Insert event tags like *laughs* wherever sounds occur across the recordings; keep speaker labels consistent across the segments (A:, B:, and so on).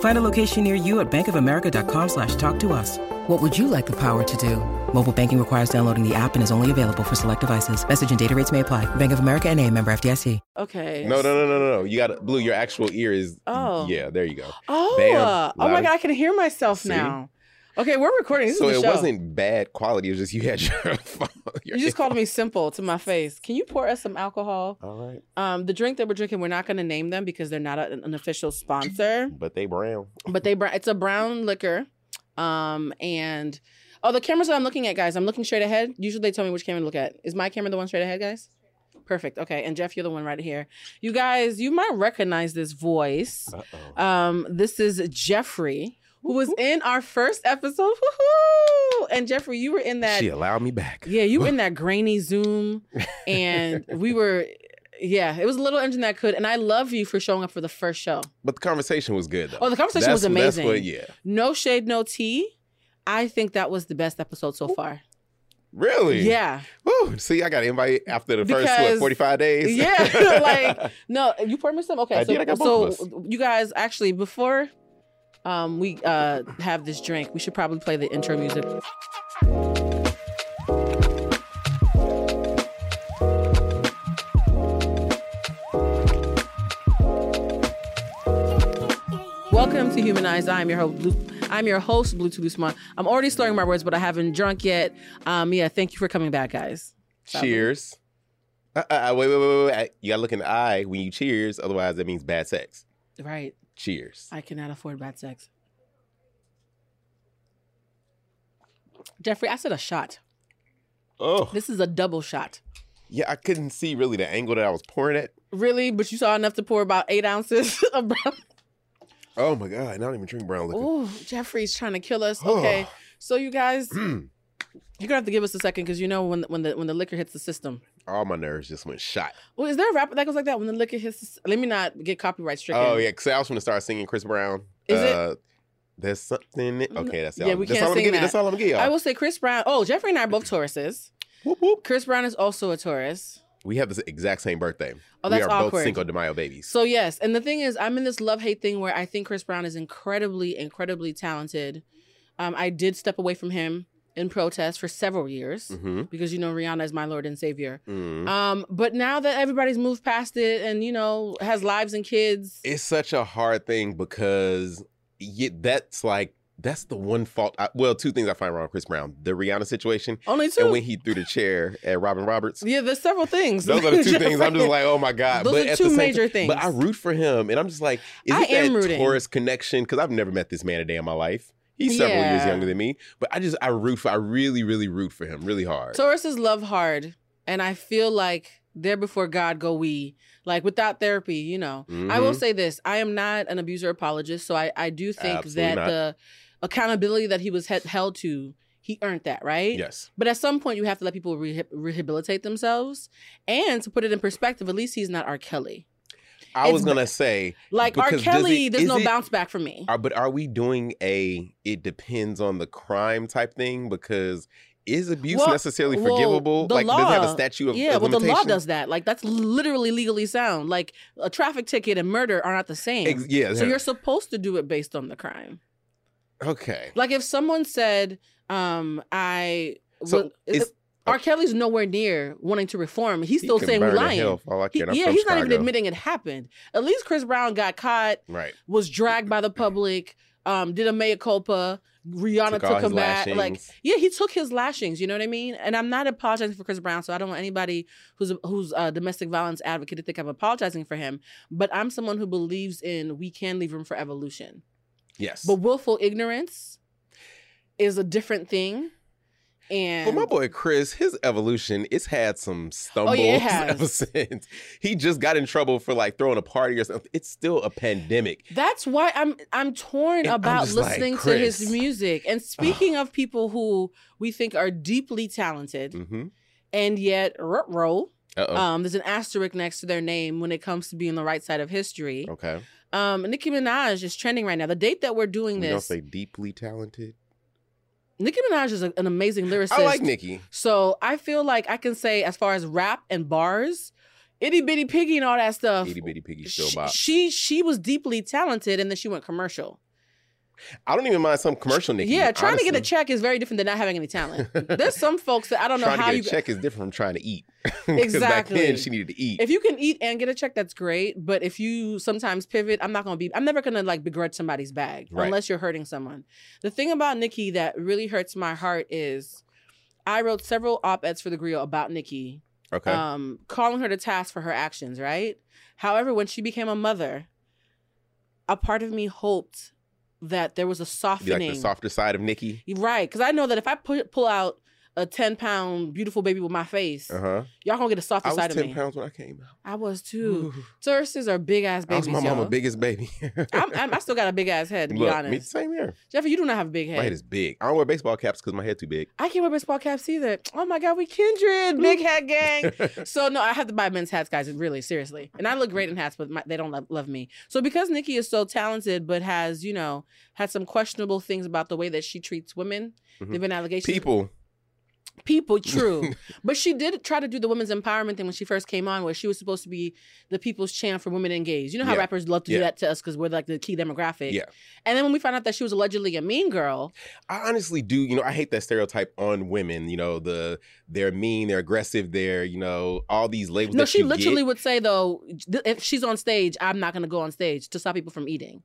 A: Find a location near you at bankofamerica.com slash talk to us. What would you like the power to do? Mobile banking requires downloading the app and is only available for select devices. Message and data rates may apply. Bank of America and a member FDIC.
B: Okay.
C: No, no, no, no, no, no. You got to blue. Your actual ear is.
B: Oh.
C: yeah. There you go.
B: Oh,
C: Bam.
B: uh, oh my
C: Loud.
B: god, I can hear myself
C: See?
B: now. Okay, we're recording. This
C: so
B: is
C: it
B: the show.
C: wasn't bad quality. It was just you had *laughs* your phone. your
B: You just
C: *laughs* ear-
B: called me simple to my face. Can you pour us some alcohol?
C: All right,
B: Um, the drink that we're drinking, we're not going to name them because they're not a- an official sponsor,
C: but they brown.
B: but they br- it's a brown liquor. Um, and oh, the cameras that I'm looking at, guys, I'm looking straight ahead. Usually they tell me which camera to look at. Is my camera the one straight ahead, guys? Perfect. Okay, and Jeff, you're the one right here. You guys, you might recognize this voice.
C: Uh oh.
B: Um, this is Jeffrey, who was in our first episode. Woohoo! And Jeffrey, you were in that.
C: She allowed me back.
B: Yeah, you
C: *laughs*
B: were in that grainy Zoom, and we were. Yeah, it was a little engine that could, and I love you for showing up for the first show.
C: But the conversation was good though.
B: Oh, the conversation was
C: That's
B: amazing.
C: what, yeah.
B: No shade, no tea. I think that was the best episode so far.
C: Really?
B: Yeah,
C: Woo, see, I got an invite after the first what,
B: Because-
C: 45 days. *laughs*
B: yeah. like, no, you poured me some. Okay,
C: I
B: so
C: did, I got
B: so
C: both of
B: you guys actually before um we uh have this drink, we should probably play the intro music. Welcome to Humanized. I'm your host, Blue. I'm your host, Blue Usman. I'm already slurring my words, but I haven't drunk yet. Um, yeah, thank you for coming back, guys. Stop it.
C: cheers. Uh, uh, uh, wait, wait, wait, wait, wait. You gotta look in the eye when you cheers. Otherwise, that means bad sex.
B: Right.
C: Cheers.
B: I cannot afford bad sex. Jeffrey, I said a shot.
C: Oh,
B: This is a double shot.
C: yeah. I couldn't see really the angle that I was pouring at.
B: Really? But you saw enough to pour about eight ounces *laughs* of brown.
C: Oh my god, I don't even drink brown liquor.
B: Oh, Jeffrey's trying to kill us. Okay. so you guys, you're
C: Hmm.
B: gonna have to give us a second because you know when when the when the liquor hits the system.
C: All my nerves just went shot.
B: Well, is there a rapper that goes like that? When the liquor hits, the, s- let me not get copyright stricken.
C: Oh yeah, because I was going to start singing Chris Brown.
B: Is it- Mm-hmm.
C: uh, There's something. in- Okay, that's all.
B: Yeah, we
C: that's
B: can't
C: all I'm gonna
B: sing
C: give you.
B: that.
C: That's all I'm gonna give y'all.
B: I will say Chris Brown. Oh, Jeffrey and I are both Tauruses.
C: Whoop, whoop.
B: Chris Brown is also a Taurus.
C: We have the exact same birthday.
B: Oh,
C: we
B: that's
C: are both
B: awkward.
C: Cinco de Mayo babies.
B: So yes, and the thing is, I'm in this love hate thing where I think Chris Brown is incredibly, incredibly talented. Um, I did step away from him in protest for several years
C: Mm-hmm.
B: because you know Rihanna is my lord and savior.
C: Mm.
B: Um, but now that everybody's moved past it and you know has lives and kids,
C: It's such a hard thing because y that's like that's the one fault. I, well, two things I find wrong with Chris Brown: the Rihanna situation,
B: only two.
C: and when he threw the chair at Robin Roberts.
B: yeah, there's several things. *laughs*
C: Those are the two things I'm just
B: Jeffrey.
C: like, oh my god.
B: Those
C: but
B: are
C: at
B: two
C: the same
B: major
C: time- But I
B: things.
C: root for him, and I'm just like, is
B: I
C: it that
B: am rooting.
C: Taurus connection? Because I've never met this man a day in my life. He's several years
B: Yeah.
C: younger than me, but I just I root for I really really root for him really hard.
B: Tauruses love hard, and I feel like there before God go we. Like without therapy, you know. I will
C: Mhm.
B: say this: I am not an abuser apologist, so I I do think
C: Absolutely
B: that
C: not.
B: the accountability that he was he- held to, he earned that right.
C: yes,
B: But at some point, you have to let people re- rehabilitate themselves, and to put it in perspective, at least he's not R. Kelly.
C: I
B: It's
C: was gonna say
B: Like R.
C: because does
B: Kelly,
C: it-
B: there's
C: is
B: no
C: it-
B: bounce back for me.
C: Are, but are we doing a it depends on the crime type thing? Because is abuse
B: Well-
C: necessarily
B: well,
C: forgivable?
B: the
C: Like does it have a
B: law-
C: statute of
B: yeah,
C: of
B: well, the law
C: limitation?
B: does that. Like that's literally legally sound. Like a traffic ticket and murder are not the same.
C: Ex- yeah.
B: So you're supposed to do it based on the crime.
C: *laughs* okay.
B: Like if someone said, um, I
C: So
B: wa-
C: it's-
B: R. Kelly's nowhere near wanting to reform. He's still
C: can
B: saying we're
C: burn in
B: lying.
C: hell for all I
B: He-
C: care. I'm
B: yeah,
C: from
B: he's not even
C: Chicago.
B: admitting it happened. At least Chris Brown got caught,
C: Right.
B: was dragged by the public, um, did a mea culpa, Rihanna took,
C: took all his
B: him back. Like,
C: lashings.
B: yeah, he took his lashings. You know what I mean? And I'm not apologizing for Chris Brown, so I don't want anybody who's a, who's a domestic violence advocate to think I'm apologizing for him. But I'm someone who believes in we can leave room for evolution.
C: Yes.
B: But willful ignorance is a different thing. And Oh,
C: But my boy Chris, his evolution, it's had some stumbles *laughs*
B: yeah, it has.
C: ever since. He just got in trouble for like throwing a party or something. It's still a pandemic.
B: That's why I'm I'm torn
C: And I'm
B: about
C: just like,
B: listening to
C: Chris.
B: his music. And speaking of people who we think are deeply talented
C: Mm-hmm.
B: and yet roll,
C: Uh oh.
B: um, there's an asterisk next to their name when it comes to being the right side of history.
C: okay.
B: Um, Nicki Minaj is trending right now. The date that we're doing
C: You don't
B: this,
C: say deeply talented.
B: Nicki Minaj is a, an amazing lyricist.
C: I like Nikki.
B: So I feel like I can say as far as rap and bars, itty bitty piggy and all that stuff.
C: Itty bitty piggy still
B: She,
C: bop.
B: she she was deeply talented and then she went commercial.
C: I don't even mind some commercial Nikki.
B: Yeah, trying to get a
C: honestly.
B: check is very different than not having any talent. There's
C: *laughs*
B: some folks that I don't know
C: trying
B: how
C: to
B: you.
C: get a check is different from trying to eat. *laughs* 'Cause Back
B: Exactly.
C: then she needed to eat.
B: If you can eat and get a check, that's great. But if you sometimes pivot, I'm not gonna be. I'm never gonna like begrudge somebody's bag
C: Right.
B: unless you're hurting someone. The thing about Nikki that really hurts my heart is, I wrote several op eds for the Griot about Nikki,
C: okay.
B: um, calling her to task for her actions. Right. However, when she became a mother, a part of me hoped that there was a
C: Be like
B: softening.
C: the softer side of Nikki.
B: Right, because I know that if I pu- pull out a ten pound beautiful baby with my face,
C: Uh huh.
B: y'all gonna get a softer
C: I was
B: side of
C: ten
B: me.
C: pounds when I came out.
B: I was too.
C: Ooh.
B: Turses are big ass
C: I
B: babies.
C: was my mama's
B: y'all.
C: biggest baby. *laughs*
B: I'm, I'm, I still got a big ass head. To be
C: Look, me,
B: honest,
C: same here.
B: Jeffrey, you do not have a big head.
C: My head is big. I don't wear baseball caps because my head too big.
B: I can't wear baseball caps either. Oh my god, we kindred, big hat gang.
C: *laughs*
B: So no, I have to buy men's hats, guys. Really, seriously, and I look great in hats, but my, they don't love, love me. So because Nikki is so talented, but has you know had some questionable things about the way that she treats women,
C: Mhm.
B: there've been allegations.
C: People,
B: people
C: *laughs*
B: true but she did try to do the women's empowerment thing when she first came on where she was supposed to be the people's champ for women in gays you know how
C: Yeah.
B: rappers love to do
C: Yeah.
B: that to us because we're like the key demographic
C: Yeah.
B: and then when we found out that she was allegedly a mean girl
C: I honestly do. You know, I hate that stereotype on women. You know, the they're mean, they're aggressive, they're you know all these labels.
B: no
C: that
B: she
C: you
B: literally
C: get.
B: would say though th- if she's on stage i'm not going to go on stage to stop people from eating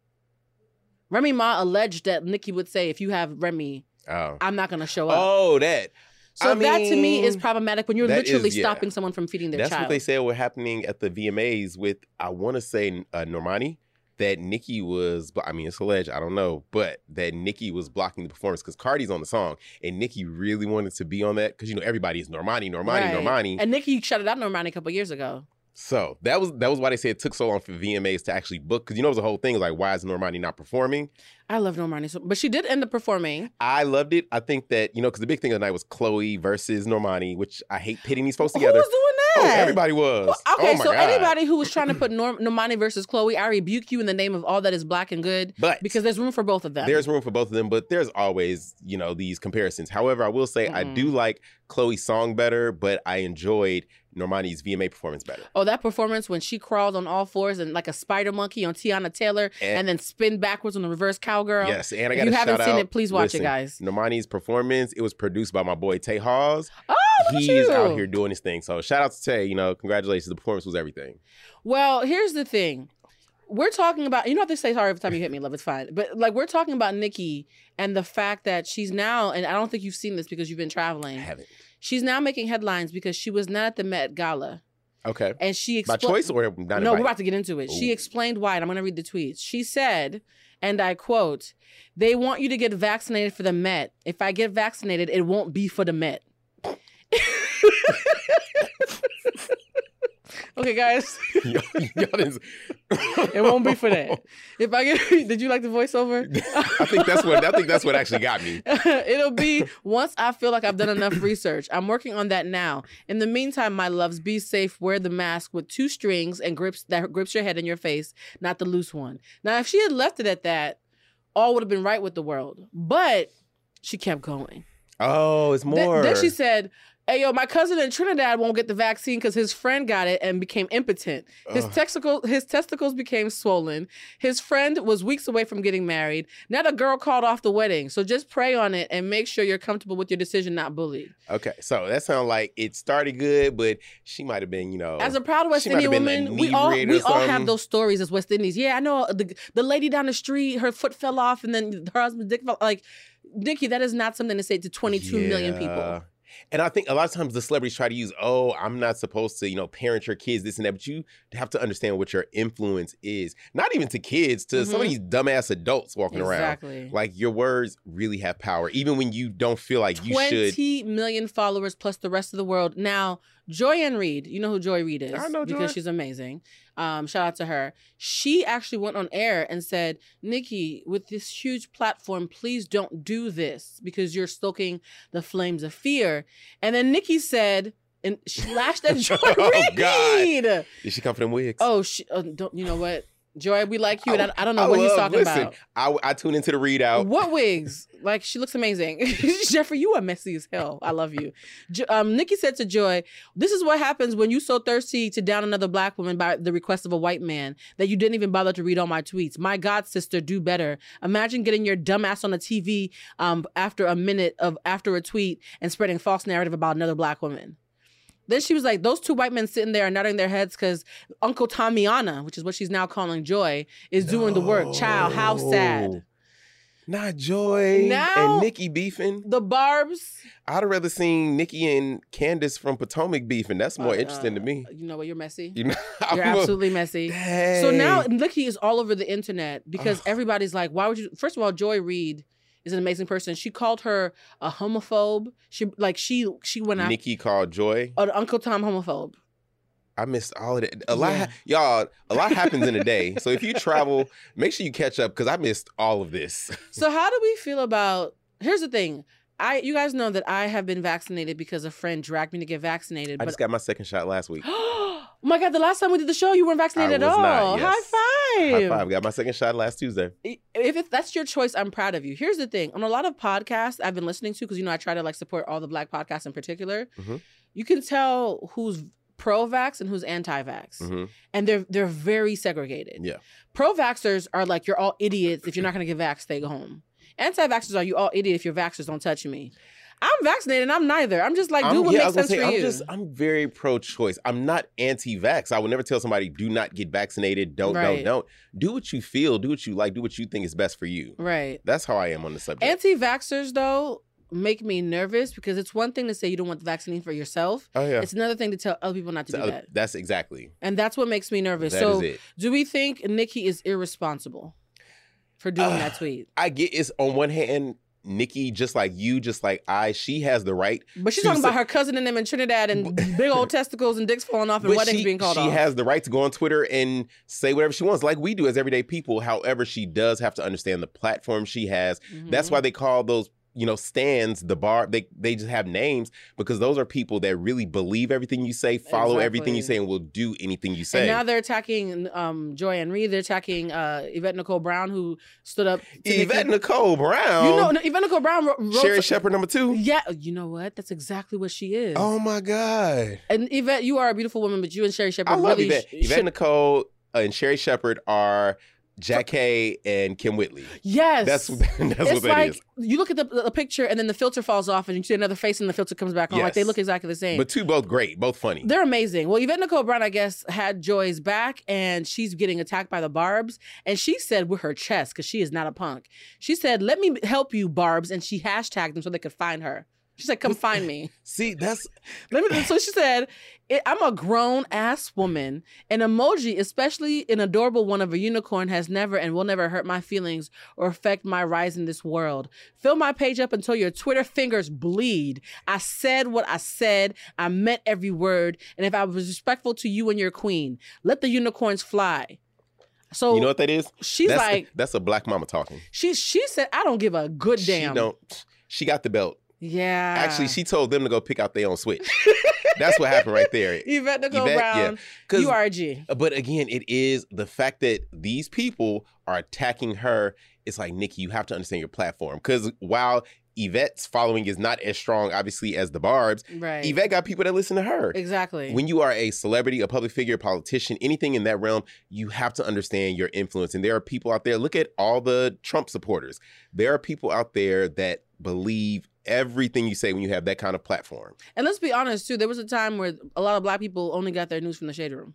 B: remy ma alleged that nikki would say if you have remy
C: Oh,
B: i'm not going to show up
C: oh, that
B: so
C: I
B: that to me is
C: mean,
B: problematic when you're
C: that is-
B: literally
C: yeah.
B: stopping someone from feeding their
C: that's
B: child
C: what they said were happening at the VMAs with I want to say uh, Normani that Nikki was blo- I mean it's alleged I don't know but that Nikki was blocking the performance because Cardi's on the song and Nikki really wanted to be on that because you know everybody is Normani Normani
B: Right.
C: Normani
B: and nikki shut it out normani a couple years ago
C: so that was that was why they said it took so long for VMAs to actually book because you know it was a whole thing like why is Normani not performing
B: I love Normani, so, but she did end up performing.
C: I loved it I think that you know because the big thing of the night was Chloe versus Normani which I hate pitting these folks together
B: Who was doing
C: oh
B: that?
C: everybody was
B: Well, okay,
C: oh my
B: so
C: God.
B: anybody who was trying to put Norm- Normani versus Chloe, I rebuke you in the name of all that is black and good,
C: but
B: because there's room for both of them.
C: There's room for both of them, but there's always, you know, these comparisons. However, I will say I do
B: Mm-hmm.
C: like Chloe's song better, but I enjoyed Normani's VMA performance better.
B: oh that performance when she crawled on all fours and like a spider monkey on Tiana Taylor, and,
C: And-
B: then spin backwards on the reverse cowgirl.
C: Yes, and I
B: If
C: got
B: you
C: to
B: haven't
C: shout out.
B: seen it, please watch it,
C: listen,
B: guys.
C: Normani's performance, it was produced by my boy Tay Hawes.
B: Oh, look at
C: He's
B: you.
C: out here doing his thing. So shout out to Tay, you know, congratulations. The performance was everything.
B: Well, here's the thing. We're talking about you know they say sorry every time you hit me, love, it's fine. But like we're talking about Nikki and the fact that she's now, and I don't think you've seen this because you've been
C: I
B: traveling.
C: haven't.
B: She's now making headlines because she was not at the Met Gala,
C: Okay.
B: and she
C: By
B: expla-
C: choice or
B: no,
C: not invited?
B: we're about to get into it. She
C: Ooh.
B: explained why, and I'm going to read the tweets. She said, and I quote, "They want you to get vaccinated for the Met. If I get vaccinated, it won't be for the Met." *laughs* okay, guys,
C: *laughs* Y'all- y'all didn't-
B: it won't be for that. If I get, *laughs* did you like the voiceover?
C: *laughs* I think that's what I think that's what actually got me.
B: *laughs* It'll be once I feel like I've done enough research. I'm working on that now. In the meantime, my loves, be safe. Wear the mask with two strings and grips that grips your head and your face, not the loose one. Now, if she had left it at that, all would have been right with the world. But she kept going.
C: Oh, it's
B: Th-
C: more.
B: then she said, Hey yo, my cousin in Trinidad won't get the vaccine because his friend got it and became impotent. His
C: Ugh.
B: testicle, his testicles became swollen. His friend was weeks away from getting married. Now the girl called off the wedding. So just pray on it and make sure you're comfortable with your decision, not bullied.
C: Okay, so that sounds like it started good, but she might have been, you know,
B: As a proud West
C: Oh, she might
B: Indian
C: have been
B: woman, we all
C: inebriated or
B: we all have
C: something.
B: those stories as West Indians. Yeah, I know uh, the the lady down the street, her foot fell off, and then her husband's dick fell. Like, Nikki, that is not something to say to 22 million
C: Yeah.
B: people.
C: And I think a lot of times the celebrities try to use, oh, I'm not supposed to, you know, parent your kids, this and that. But you have to understand what your influence is. Not even to kids, to some of
B: Mhm.
C: these dumbass adults walking
B: Exactly.
C: around. Like your words really have power, even when you don't feel like you should.
B: Twenty million followers plus the rest of the world. Now, Joy Ann Reed, you know who Joy Reed is
C: I know
B: because
C: Joy.
B: she's amazing. Um, shout out to her. She actually went on air and said, Nikki, with this huge platform, please don't do this because you're stoking the flames of fear. And then Nikki said, and she lashed
C: *laughs*
B: at Joy
C: Oh, God.
B: Reed.
C: Did she come for them wigs?
B: Oh, she, oh, don't you know what? Joy, we like you, and I, I don't know
C: Oh, I
B: what he's
C: love-
B: talking
C: listen,
B: about.
C: I, I tune into the readout.
B: What wigs? Like she looks amazing. *laughs* Jeffrey, you are messy as hell. I love you. Jo- um, Nikki said to Joy, "This is what happens when you so thirsty to down another black woman by the request of a white man that you didn't even bother to read all my tweets. My God, sister, do better. Imagine getting your dumb ass on the TV um, after a minute of after a tweet and spreading false narrative about another black woman." Then she was like, those two white men sitting there are nodding their heads because Uncle Tamiana, which is what she's now calling Joy, is doing the work. Child, how sad.
C: No. Not Joy
B: Now-
C: and Nikki beefing.
B: the barbs.
C: I'd have rather seen Nikki and Candace from Potomac beefing. That's more
B: Uh,
C: interesting to
B: uh,
C: me.
B: You know what? You're messy.
C: You know, *laughs*
B: You're
C: I'm a-
B: absolutely messy. So now
C: Dang.
B: Nikki is all over the internet because
C: Ugh.
B: everybody's like, why would you? First of all, Joy Reid is an amazing person. She called her a homophobe. She like she she went out
C: Nikki called Joy.
B: an Uncle Tom homophobe.
C: I missed all of that. A lot, y'all. A lot happens in a day. So if you travel, make sure you catch up because I missed all of this.
B: So how do we feel about? Here's the thing. I you guys know that I have been vaccinated because a friend dragged me to get vaccinated.
C: I
B: but
C: just got my second shot last week.
B: *gasps* oh my god, the last time we did the show, you weren't vaccinated
C: was
B: at
C: not,
B: all.
C: yes.
B: High
C: High five! Got my second shot last Tuesday.
B: if it, that's your choice, I'm proud of you. Here's the thing: on a lot of podcasts I've been listening to, because you know I try to like support all the Black podcasts in particular,
C: Mhm.
B: you can tell who's pro-vax and who's anti-vax,
C: hmm
B: and they're they're very segregated.
C: Yeah.
B: Pro-vaxxers are like you're all idiots if you're not going to get vaxxed, stay home. Anti-vaxxers are you all idiot if you're vaxxers, don't touch me. I'm vaccinated and I'm neither. I'm just like, do
C: I'm,
B: what
C: yeah, I
B: makes
C: was gonna
B: sense
C: say,
B: for
C: I'm
B: you.
C: just I'm very pro-choice. I'm not anti-vax. I would never tell somebody do not get vaccinated. Don't
B: Right.
C: don't don't. Do what you feel. Do what you like. Do what you think is best for you.
B: right.
C: That's how I am on the subject.
B: Anti vaxxers, though, make me nervous because it's one thing to say you don't want the vaccine for yourself.
C: oh yeah.
B: It's another thing to tell other people not to
C: So
B: do
C: other-
B: that.
C: That's exactly.
B: And that's what makes me
C: That
B: nervous.
C: is
B: so,
C: it.
B: do we think Nikki is irresponsible for doing
C: Uh,
B: that tweet?
C: I get it's on one hand, Nikki, just like you, just like I, she has the right.
B: But she's
C: she
B: talking
C: said-
B: about her cousin and them in Trinidad and big
C: *laughs*
B: old testicles and dicks falling off and
C: But
B: weddings
C: she,
B: being called
C: she
B: off.
C: has the right to go on Twitter and say whatever she wants, like we do as everyday people. However, she does have to understand the platform she has.
B: Mm-hmm.
C: That's why they call those, you know, stands the bar. They they just have names because those are people that really believe everything you say, follow everything you
B: Exactly.
C: say, and will do anything you
B: And
C: say.
B: now they're attacking um, Joy and Reed. They're attacking uh, Yvette Nicole Brown, who stood up. To Nikki.
C: Yvette Nicole Brown,
B: you know, no, Yvette Nicole Brown wrote. wrote
C: Sherry Shepherd number two.
B: yeah, you know what? That's exactly what she is.
C: Oh my god.
B: And Yvette, you are a beautiful woman, but you and Sherry Shepard
C: I love
B: really
C: Yvette.
B: sh-
C: Yvette
B: should-
C: Nicole and Sherry Shepard are Jack Hay and Kim Whitley.
B: yes,
C: That's *laughs* that's what
B: it's
C: that
B: like
C: is.
B: you look at the, the picture and then the filter falls off and you see another face and the filter comes back on. Like they
C: Yes.
B: look exactly the same.
C: But two both great, both funny.
B: They're amazing. Well, Yvette Nicole Brown, I guess, had Joy's back and she's getting attacked by the Barbs. And she said with her chest, because she is not a punk, she said, Let me help you, Barbs. And she hashtagged them so they could find her. She said, Come find me.
C: See, that's
B: Let me. So she said, "I- "I'm a grown ass woman. An emoji, especially an adorable one of a unicorn, has never and will never hurt my feelings or affect my rise in this world. Fill my page up until your Twitter fingers bleed. I said what I said. I meant every word. And if I was respectful to you and your queen, let the unicorns fly." So
C: you know what that is?
B: she's
C: that's,
B: like,
C: that's a black mama talking.
B: she she said, "I don't give a good damn." Ah.
C: She don't she got the belt.
B: Yeah.
C: Actually, she told them to go pick out their
B: *laughs*
C: own switch. that's what happened right there.
B: Yvette Nicole
C: Yvette, yeah.
B: Brown,
C: 'Cause-
B: you are a G.
C: But again, it is the fact that these people are attacking her. It's like Nikki, you have to understand your platform because while Yvette's following is not as strong, obviously, as the Barb's.
B: Right.
C: Yvette got people that listen to her.
B: exactly.
C: When you are a celebrity, a public figure, a politician, anything in that realm, you have to understand your influence. And there are people out there, look at all the Trump supporters. There are people out there that believe everything you say when you have that kind of platform.
B: and let's be honest too. There was a time where a lot of black people only got their news from the Shade Room.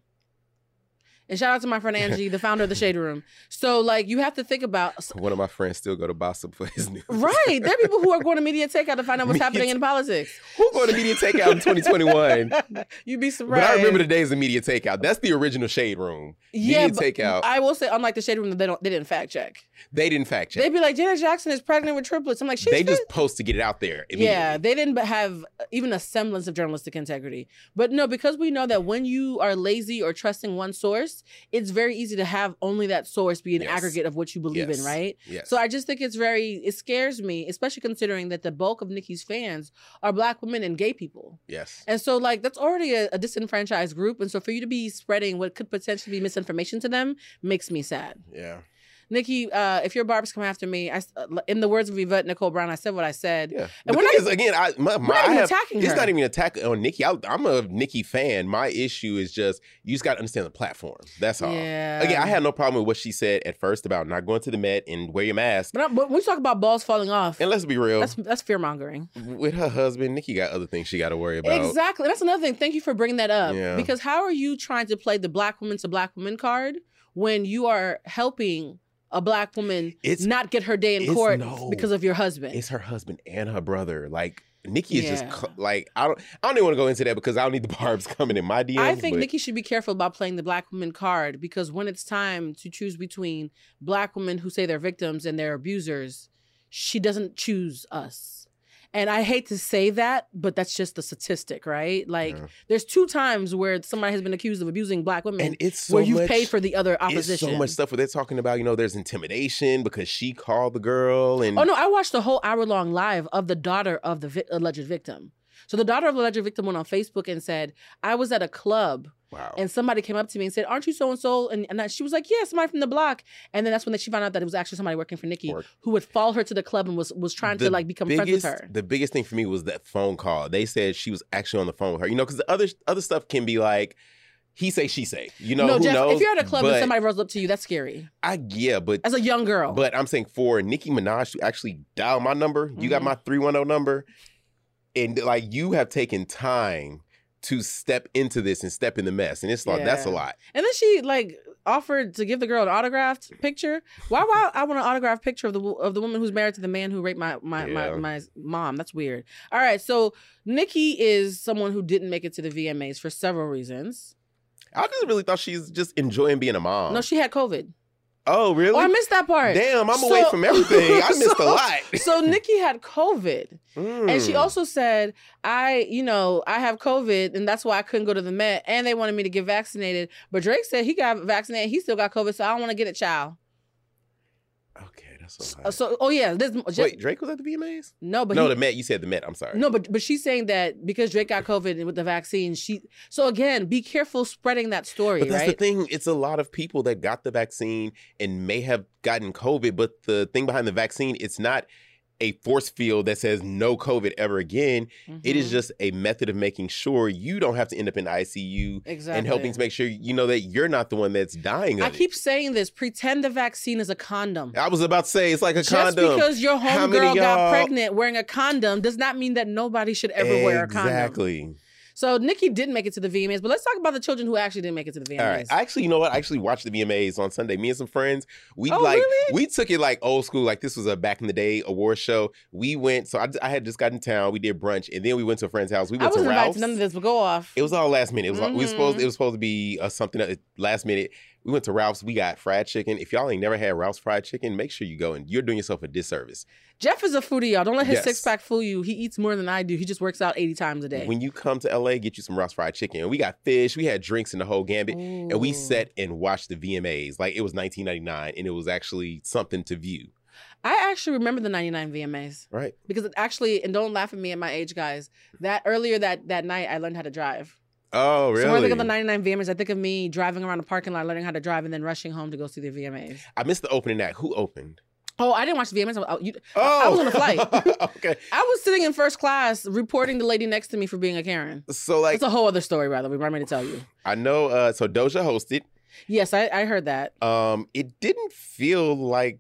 B: And shout out to my
C: *laughs*
B: friend Angie, the founder of the Shade Room. So like, you have to think about
C: One of my friends still go to Bossa for his news.
B: right. There are people who are going to media takeout to find out what's
C: *laughs* Media
B: happening in politics.
C: *laughs* Who going to media takeout
B: *laughs*
C: in 2021?
B: You'd be
C: But
B: surprised.
C: I remember the days of media takeout. That's the original shade room.
B: yeah,
C: media takeout.
B: I will say, unlike the Shade Room, they don't. They didn't fact check.
C: they didn't fact check.
B: They'd be like, Janet Jackson is pregnant with triplets. I'm like, she's *laughs*
C: They, just post to get it out there.
B: Yeah,
C: immediately.
B: they didn't have uh, even a semblance of journalistic integrity. But no, because we know that when you are lazy or trusting one source, it's very easy to have only that source be an
C: Yes.
B: aggregate of what you believe in,
C: Yes.
B: right?
C: Yes.
B: So I just think it's very, it scares me, especially considering that the bulk of Nikki's fans are black women and gay people.
C: yes.
B: And so, like, that's already a, a disenfranchised group. And so, for you to be spreading what could potentially be misinformation to them makes me sad.
C: Yeah.
B: Nikki, uh, if your barbs come after me, I, s- uh, in the words of Yvette Nicole Brown, I said what I said.
C: Yeah.
B: And we're
C: the thing
B: not-
C: is, again, I, my, my,
B: not
C: I
B: even
C: have,
B: attacking
C: It's
B: her.
C: not even an attack on Nikki. I, I'm a Nikki fan. My issue is just you just got to understand the platform. That's all.
B: Yeah.
C: Again, I had no problem with what she said at first about not going to the Met and wear your mask.
B: But, I, but when we talk about balls falling off,
C: And let's be real,
B: that's that's fear mongering.
C: with her husband, Nikki got other things she got to worry about.
B: Exactly. And that's another thing. Thank you for bringing that up.
C: Yeah.
B: Because how are you trying to play the black woman to black woman card when you are helping a black woman
C: It's-
B: not get her day in
C: it's
B: court
C: no.
B: because of your husband?
C: It's her husband and her brother. Like Nikki is just
B: Yeah.
C: cl- like I don't. I don't even want to go into that because I don't need the *laughs* barbs coming in my DMs.
B: I think
C: but
B: Nikki should be careful about playing the black woman card because when it's time to choose between black women who say they're victims and they're abusers, she doesn't choose us. And I hate to say that, but that's just the statistic, right? Like,
C: Yeah.
B: there's two times where somebody has been accused of abusing black women,
C: and it's so
B: where you've
C: much,
B: paid for the other
C: It's
B: opposition.
C: so much stuff where they're talking about. You know, there's intimidation because she called the girl, and
B: Oh no, I watched the whole hour long live of the daughter of the vi- alleged victim. So the daughter of the alleged victim went on Facebook and said, "I was at a club
C: wow,
B: and somebody came up to me and said, "Aren't you so and so?" And and I- she was like, "Yeah, somebody from the block." And then that's when she found out that it was actually somebody working for Nikki
C: Or-
B: who would follow her to the club and was was trying to
C: The
B: like become
C: biggest,
B: friends with her.
C: The biggest thing for me was that phone call. They said she was actually on the phone with her. You know, because the other other stuff can be like he say she say. You know, who
B: Jeff,
C: knows?
B: if you're at a club
C: But
B: and somebody rolls up to you, that's scary.
C: I yeah, but
B: As a young girl,
C: but I'm saying for Nicki Minaj to actually dial my number, you got
B: Mhm.
C: my three one zero number, and like you have taken time to step into this and step in the mess, and it's like that's a
B: Yeah.
C: lot.
B: and then she like offered to give the girl an autographed picture. Why? Why I want an autographed picture of the wo- of the woman who's married to the man who raped my my
C: Yeah.
B: my, my mom? That's weird. All right, so Nikki is someone who didn't make it to the VMAs for several reasons.
C: I just really thought she's just enjoying being a mom.
B: No, she had COVID.
C: oh Uh-huh. really?
B: Oh, I missed that part.
C: Damn, I'm away
B: So-
C: from everything.
B: *laughs*
C: I missed a
B: So-
C: lot.
B: so Nikki had COVID, and she
C: Mm.
B: also said, "I, you know, I have COVID, and that's why I couldn't go to the Met, and they wanted me to get vaccinated." But Drake said he got vaccinated, he still got COVID, so I don't want to get it, child.
C: okay, that's a
B: Uh,
C: lot.
B: So, oh yeah, this
C: Wait, Drake was at the VMAs?
B: no, but
C: no,
B: he-
C: the Met. You said the Met. I'm sorry.
B: no, but but she's saying that because Drake got COVID with the vaccine, she. So again, be careful spreading that story,
C: but that's
B: right?
C: the thing. It's a lot of people that got the vaccine and may have gotten COVID. But the thing behind the vaccine, it's not a force field that says no COVID ever again. It is
B: Mhm.
C: just a method of making sure you don't have to end up in the ICU
B: Mm-hmm. exactly
C: and helping to make sure you know that you're not the one that's dying. Of
B: I keep saying this. Pretend the vaccine is a condom.
C: It. I was about to say it's like a
B: Just
C: condom.
B: because your
C: How many
B: homegirl got
C: y'all-
B: pregnant wearing a condom does not mean that nobody should ever wear a condom.
C: Exactly.
B: So Nikki didn't make it to the VMAs, but let's talk about the children who actually didn't make it to the VMAs.
C: All right. I actually, you know what? I actually watched the VMAs on Sunday. Me and some friends, we
B: Oh,
C: like
B: really?
C: we took it like old school. Like this was a back in the day award show. We went. So I, I had just got in town. We did brunch, and then we went to a friend's house. We
B: I
C: went
B: wasn't
C: to
B: invited
C: Ralph's.
B: to none of this, but go off.
C: It was all last minute. It was we were supposed
B: Mhm.
C: it was supposed to be uh, something uh, last minute. We went to Ralph's. We got fried chicken. If y'all ain't never had Ralph's fried chicken, make sure you go and you're doing yourself a disservice.
B: Jeff is a foodie, y'all. Don't let his
C: Yes.
B: six pack fool you. He eats more than I do. He just works out eighty times a day.
C: When you come to LA, get you some Ralph's fried chicken. And we got fish. We had drinks in the whole gambit. And we
B: Ooh.
C: sat and watched the VMAs like it was 1999, and it was actually something to view.
B: I actually remember the '99 VMAs
C: Right.
B: because it actually, and don't laugh at me at my age, guys. That earlier that that night, I learned how to drive.
C: Oh, really?
B: So when I think of the '99 VMAs, I think of me driving around the parking lot, learning how to drive, and then rushing home to go see the VMAs.
C: I missed the opening act. Who opened?
B: Oh, I didn't watch the VMAs. I was, oh, you,
C: Oh,
B: I was on a flight.
C: *laughs* okay,
B: I was sitting in first class reporting the lady next to me for being a Karen.
C: so like
B: That's a whole other story, by the way. but I'm ready to tell you.
C: I know. Uh, so Doja hosted.
B: Yes, I, I heard that.
C: Um, it didn't feel like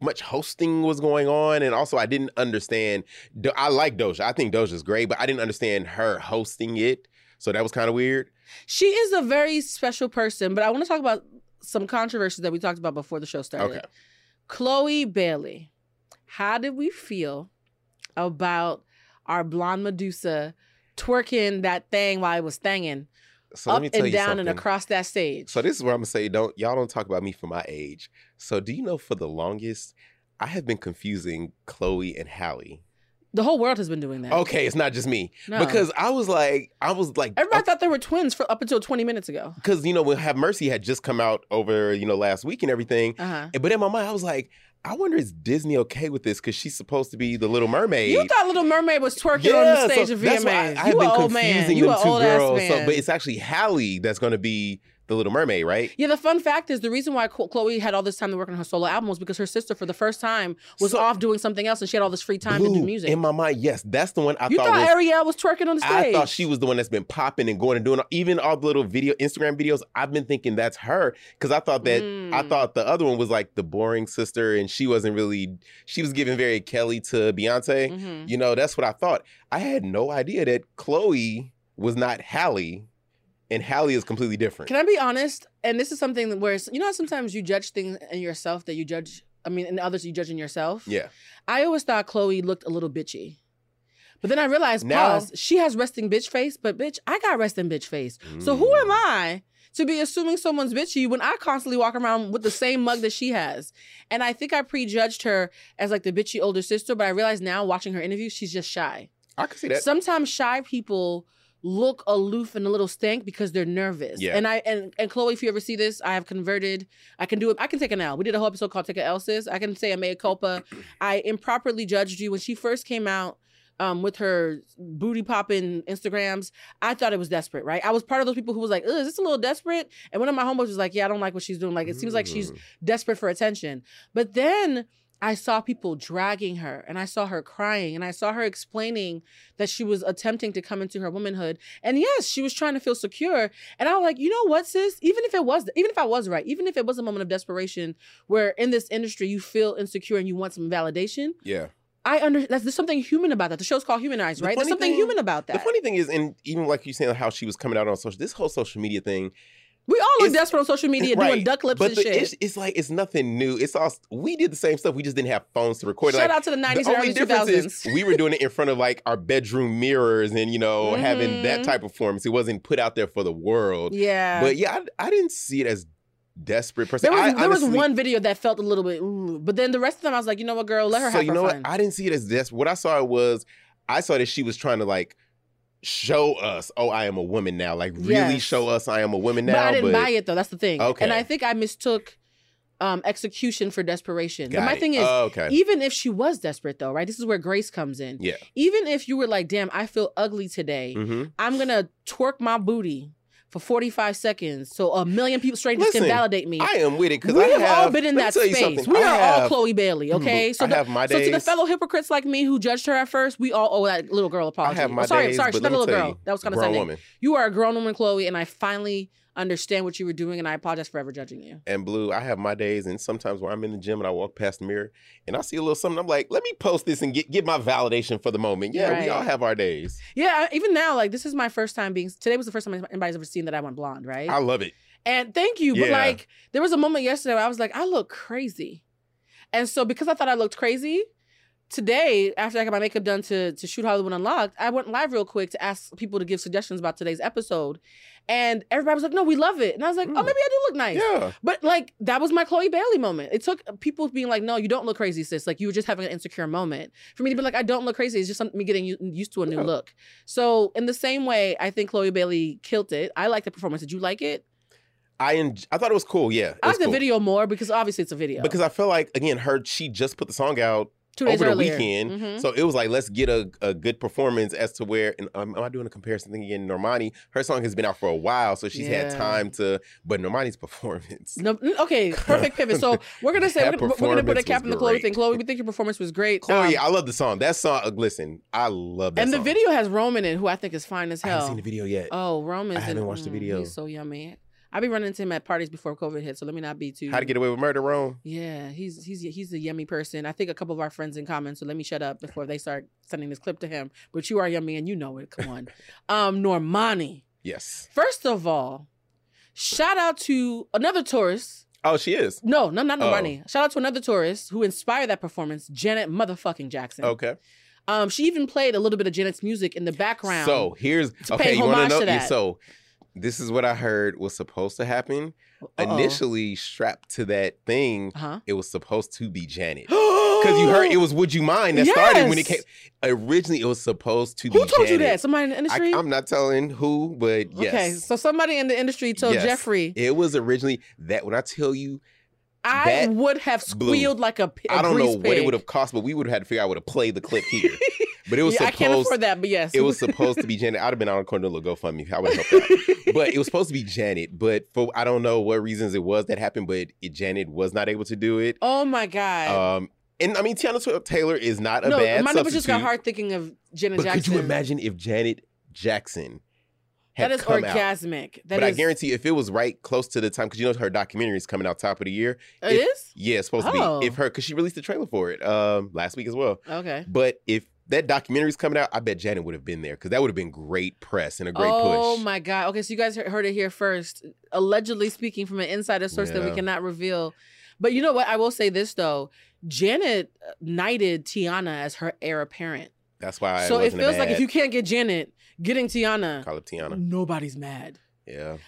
C: much hosting was going on, and also I didn't understand. Do- I like Doja. I think Doja's great, but I didn't understand her hosting it. So that was kind of weird.
B: She is a very special person, but I want to talk about some controversies that we talked about before the show started.
C: Okay.
B: Chloe Bailey, how did we feel about our blonde Medusa twerking that thing while it was thanging
C: So
B: up
C: let me tell
B: and
C: you
B: down
C: something.
B: and across that stage?
C: So this is where I'm gonna say, don't y'all don't talk about me for my age. So do you know for the longest, I have been confusing Chloe and Hallie.
B: the whole world has been doing that.
C: Okay, it's not just me
B: No.
C: because I was like, I was like,
B: everybody thought they were twins for up until 20 minutes ago.
C: because you know, when Have Mercy had just come out over you know last week and everything.
B: Uh huh.
C: But in my mind, I was like, I wonder is Disney okay with this? Because she's supposed to be the Little Mermaid.
B: You thought Little Mermaid was twerking
C: Yeah,
B: on the stage
C: so
B: of
C: that's why
B: VMAs.
C: I, I
B: you
C: have been
B: an old man.
C: confusing
B: You
C: them
B: an
C: two
B: old
C: girls.
B: ass
C: So,
B: man.
C: but it's actually Hallie that's going to be the Little Mermaid, right?
B: Yeah, the fun fact is the reason why Chlo- Chloe had all this time to work on her solo album was because her sister, for the first time, was
C: So-
B: off doing something else, and she had all this free time to do
C: Blue,
B: music.
C: In my mind, yes, that's the one I
B: you
C: thought,
B: thought
C: was.
B: Ariel was twerking on the
C: I
B: stage?
C: thought she was the one that's been popping and going and doing even all the little video Instagram videos. I've been thinking that's her because I thought that I
B: Mm.
C: thought the other one was like the boring sister, and she wasn't really. She was giving very Kelly to Beyonce.
B: Mhm.
C: You know, that's what I thought. I had no idea that Chloe was not Hallie, and Hallie is completely different.
B: Can I be honest? And this is something that where it's- you know how sometimes you judge things in yourself that you judge. I mean, in others you judge in yourself.
C: yeah,
B: I always thought Chloe looked a little bitchy. But then I realized,
C: Now-
B: pause, she has resting bitch face, but bitch, I got resting bitch face. So who
C: Mm.
B: am I to be assuming someone's bitchy when I constantly walk around with the same mug that she has? And I think I prejudged her as like the bitchy older sister, but I realized now watching her interview, she's just shy.
C: I can see that.
B: Sometimes shy people look aloof and a little stank because they're nervous.
C: Yeah.
B: And I and, and Chloe, if you ever see this, I have converted. I can do it. I can take an L. We did a whole episode called "Take an L," sis. I can say a mea culpa. I improperly judged you when she first came out. Um, with her booty popping Instagrams, I thought it was desperate, right? I was part of those people who was like, "Ugh, is this a little desperate?" And one of my homeboys was like, "Yeah, I don't like what she's doing. Like, it seems like she's
C: Mm.
B: desperate for attention. But then I saw people dragging her and I saw her crying and I saw her explaining that she was attempting to come into her womanhood. And yes, she was trying to feel secure. And I was like, you know what, sis? Even if it was, even if I was right, even if it was a moment of desperation where in this industry you feel insecure and you want some validation,
C: yeah.
B: I under that's there's something human about that. The show's called Humanize,
C: The
B: right? There's
C: funny
B: something
C: thing-
B: human about that.
C: The funny thing is, and even like you saying how she was coming out on social, this whole social media thing,
B: we all look
C: is-
B: desperate on social media doing
C: right,
B: duck lips
C: but
B: and
C: the-
B: shit.
C: It's, it's like it's nothing new. It's all we did the same stuff. We just didn't have phones to record. it.
B: Shout
C: like,
B: out to the 90s
C: the
B: and
C: only
B: early
C: difference
B: 2000s.
C: is we were doing it in front of like our bedroom mirrors and you know having
B: Mhm.
C: that type of performance. It wasn't put out there for the world.
B: yeah.
C: But yeah, I, I didn't see it as desperate person.
B: There was,
C: I
B: there was
C: honestly-
B: one video that felt a little bit, ooh, but then the rest of them, I was like, you know what, girl, let her
C: so
B: have
C: you
B: her
C: know
B: fun.
C: what? I didn't see it as desperate. What I saw was, I saw that she was trying to like show us, oh, I am a woman now. Like really
B: Yes.
C: show us I am a woman now.
B: but I didn't buy it though. That's the thing.
C: Okay.
B: And I think I mistook um, execution for desperation.
C: Got
B: but my
C: it.
B: thing is,
C: Oh, okay.
B: even if she was desperate though, right? This is where grace comes in.
C: Yeah.
B: Even if you were like, damn, I feel ugly today,
C: hmm
B: I'm gonna twerk my booty for 45 seconds so a million people straight just can
C: Listen,
B: validate me.
C: I am with it because
B: we
C: I
B: have, all
C: have-
B: been in
C: let me
B: that
C: tell you
B: space.
C: something.
B: We
C: I
B: are all
C: have- Mm-hmm.
B: Chloe
C: *laughs*
B: Bailey, okay?
C: I have my
B: So to the
C: days.
B: fellow hypocrites like me who judged her at first, we all owe that little girl
C: I
B: apology.
C: have my
B: oh, sorry,
C: days,
B: sorry, she's
C: but
B: not a
C: let me
B: little
C: tell
B: girl.
C: you,
B: that was kind of
C: grown
B: Sunday.
C: woman
B: You are a grown woman, Chloe, and I finally understand what you were doing, and I apologize for ever judging you.
C: and blue. I have my days, and sometimes where I'm in the gym and I walk past the mirror and I see a little something, I'm like, let me post this and get get my validation for the moment. Yeah,
B: Right.
C: we all have our days.
B: Yeah, I- even now, like this is my first time being. Today was the first time anybody's ever seen that I went blonde, right?
C: I love it.
B: and thank you, but
C: Yeah.
B: like there was a moment yesterday where I was like, I look crazy, and so because I thought I looked crazy. Today, after I got my makeup done to, to shoot Hollywood Unlocked, I went live real quick to ask people to give suggestions about today's episode. And everybody was like, no, we love it. And I was like, oh,
C: Mm.
B: maybe I do look nice.
C: Yeah.
B: But like that was my Chloe Bailey moment. It took people being like, "No, you don't look crazy, sis. Like you were just having an insecure moment." For me to be like, "I don't look crazy," it's just something me getting u- used to a new
C: Yeah.
B: look. So in the same way, I think Chloe Bailey killed it. I like the performance. Did you like it?
C: I en- I thought it was cool. Yeah, it
B: I
C: was
B: like the
C: cool.
B: video more because obviously it's a video.
C: because I feel like again, her she just put the song out
B: Two days
C: over the
B: earlier.
C: weekend.
B: Mhm.
C: So it was like, let's get a, a good performance as to where, and um, am I doing a comparison thing again? Normani, her song has been out for a while, so she's had
B: Yeah.
C: time to, but Normani's performance. *laughs*
B: No, mm, okay, perfect pivot. So we're gonna say
C: That
B: we're gonna, we're gonna put a
C: performance
B: cap
C: was
B: on the Chloe
C: great.
B: thing. Chloe, we think your performance was great.
C: Chloe,
B: Um,
C: Oh, I love the song. That song, uh, listen, I love that
B: and the
C: song.
B: video has Roman in, who I think is fine as
C: I
B: hell.
C: haven't seen the video yet.
B: Oh, Roman's
C: I haven't
B: in,
C: watched the
B: mm,
C: video.
B: He's so yummy. I be running into him at parties before COVID hit, so let me not be too.
C: How to Get Away with Murder, Rome.
B: Yeah, he's he's he's a yummy person. I think a couple of our friends in common. So let me shut up before they start sending this clip to him. But you are yummy, and you know it. Come
C: *laughs*
B: on, um, Normani.
C: Yes.
B: First of all, shout out to another tourist.
C: Oh, she is.
B: No, no, not
C: Oh.
B: Normani. Shout out to another tourist who inspired that performance, Janet motherfucking Jackson.
C: Okay.
B: Um, she even played a little bit of Janet's music in the background.
C: So here's
B: To
C: okay.
B: pay
C: You want
B: homage
C: to know?
B: to
C: yeah,
B: that.
C: so this is what I heard was supposed to happen.
B: Uh-oh. Uh-huh.
C: Initially strapped to that thing,
B: huh?
C: it was supposed to be Janet.
B: Because
C: Because you heard it was "Would You Mind" that started when it came.
B: Yes.
C: Originally, it was supposed to be.
B: Who told you
C: Janet.
B: that? Somebody in the industry.
C: I, am not telling who, but yes.
B: Okay, so somebody in the industry told
C: Yes.
B: Jeffrey.
C: It was originally that. When I tell you,
B: I
C: that
B: would have
C: blew.
B: squealed like a p- a
C: I don't know
B: grease
C: what it
B: pig.
C: would have cost, but we would have had to figure out how to play the clip here.
B: *laughs*
C: but it was
B: yeah, I
C: supposed.
B: can't afford that, but yes, *laughs*
C: It was supposed to be Janet. I'd have been on a corner to GoFundMe. I would have helped out. But it was supposed to be Janet. But for I don't know what reasons it was that happened, but it, Janet was not able to do it.
B: oh my god.
C: Um, and I mean, Tiana Swift Taylor is not a
B: no,
C: Uh, bad
B: my neighbor
C: substitute.
B: just got hard thinking of Janet
C: but
B: Jackson.
C: could you imagine if Janet Jackson had
B: That is
C: come out?
B: orgasmic. That
C: but I
B: is-
C: guarantee if it was right close to the time, because you know her documentary is coming out top of the year.
B: It
C: if-
B: is
C: Yeah, it's supposed
B: Oh.
C: to be. If her, because she released a trailer for it um, last week as well.
B: okay.
C: But if that documentary's coming out, I bet Janet would have been there because that would have been great press and a great
B: oh
C: push.
B: my god. Okay, so you guys he- heard it here first. Allegedly speaking from an insider source that we
C: Yeah.
B: cannot reveal. But you know what? I will say this though. Janet uh, knighted Tiana as her heir apparent.
C: That's why.
B: so
C: it,
B: it
C: wasn't
B: feels like if you
C: you
B: can't get Janet, getting Tiana,
C: call up Tiana,
B: nobody's mad.
C: yeah,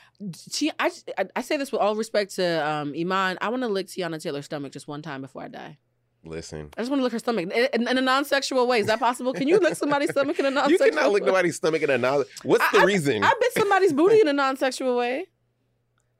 B: Ti- I, I I say this with all respect to um, Iman. I want to lick Tiana Taylor's stomach just one time before I die.
C: listen,
B: I just want to lick her stomach in, in, in a non-sexual way. Is that possible? Can you lick somebody's stomach in a
C: *laughs* you
B: non-sexual?
C: cannot lick
B: way?
C: nobody's stomach in a knowledge. What's
B: I-
C: the reason?
B: I bit somebody's booty in a non-sexual way.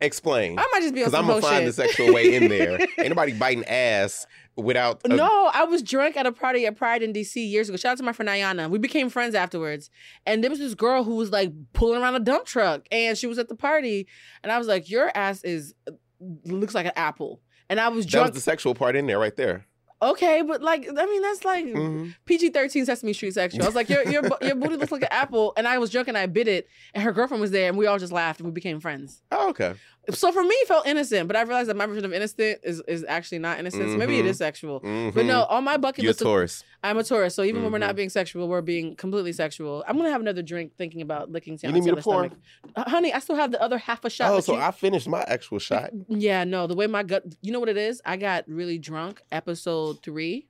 C: Explain.
B: I might just be on
C: Because
B: some
C: I'm gonna
B: whole
C: find
B: shit.
C: the sexual way in
B: *laughs*
C: there. Ain't nobody biting ass without. a-
B: No, I was drunk at a party at Pride in DC years ago. Shout out to my friend Ayana. We became friends afterwards. And there was this girl who was like pulling around a dump truck and she was at the party. And I was like, Your ass is uh, looks like an apple. And I was
C: that was
B: drunk.
C: the sexual part in there, right there.
B: okay, but like, I mean, that's like
C: Mhm.
B: PG 13 Sesame Street sexual. I was like, your, your, bu- your booty looks like an apple. And I was drunk and I bit it. And her girlfriend was there and we all just laughed and we became friends.
C: Oh, okay.
B: So for me, it felt innocent. But I realized that my version of innocent is, is actually not innocent. So maybe it
C: Mhm.
B: is sexual. But
C: Mhm.
B: no, on my bucket
C: you're a
B: list, of-
C: Taurus.
B: I'm a Taurus. So even when we're
C: Mhm.
B: not being sexual, we're being completely sexual. I'm gonna have another drink, thinking about licking
C: You
B: Tiana
C: need me to
B: Taylor's
C: pour?
B: stomach. Uh, honey, I still have the other half a shot.
C: Oh,
B: that
C: so
B: you-
C: I finished my actual shot.
B: yeah, no. The way my gut, you know what it is? I got really drunk. Episode three.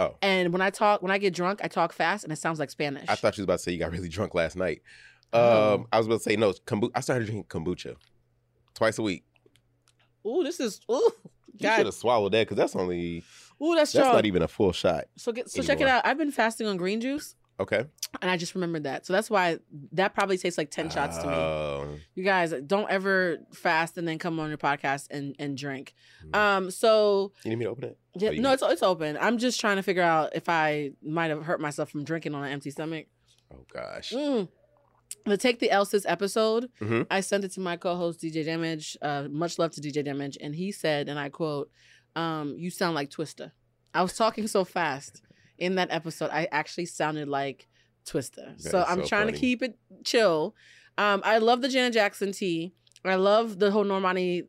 C: Oh.
B: And when I talk, when I get drunk, I talk fast, and it sounds like Spanish.
C: I thought you was about to say you got really drunk last night. Um,
B: Oh.
C: I was about to say no. Kombu- I started drinking kombucha twice a week.
B: Ooh, this is ooh,
C: You should
B: God,
C: have swallowed that because that's only
B: ooh, that's
C: that's
B: strong.
C: not even a full shot.
B: so get, so check it
C: anymore.
B: out. I've been fasting on green juice,
C: Okay.
B: and I just remembered that. So that's why that probably tastes like ten shots to me.
C: Oh.
B: You guys don't ever fast and then come on your podcast and and drink.
C: Mm.
B: Um, so
C: You need me to open it?
B: yeah,
C: Oh, you
B: no,
C: can-
B: it's it's open. I'm just trying to figure out if I might have hurt myself from drinking on an empty stomach.
C: Oh gosh.
B: Mm. The Take the Elsis episode,
C: Mhm.
B: I sent it to my co-host DJ Damage. Uh, much love to DJ Damage, and he said, and I quote, um, "You sound like Twista." I was talking so fast in that episode, I actually sounded like Twista.
C: That
B: so
C: is
B: I'm
C: so
B: trying
C: funny.
B: to keep it chill. Um, I love the Janet Jackson tea. I love the whole Normani.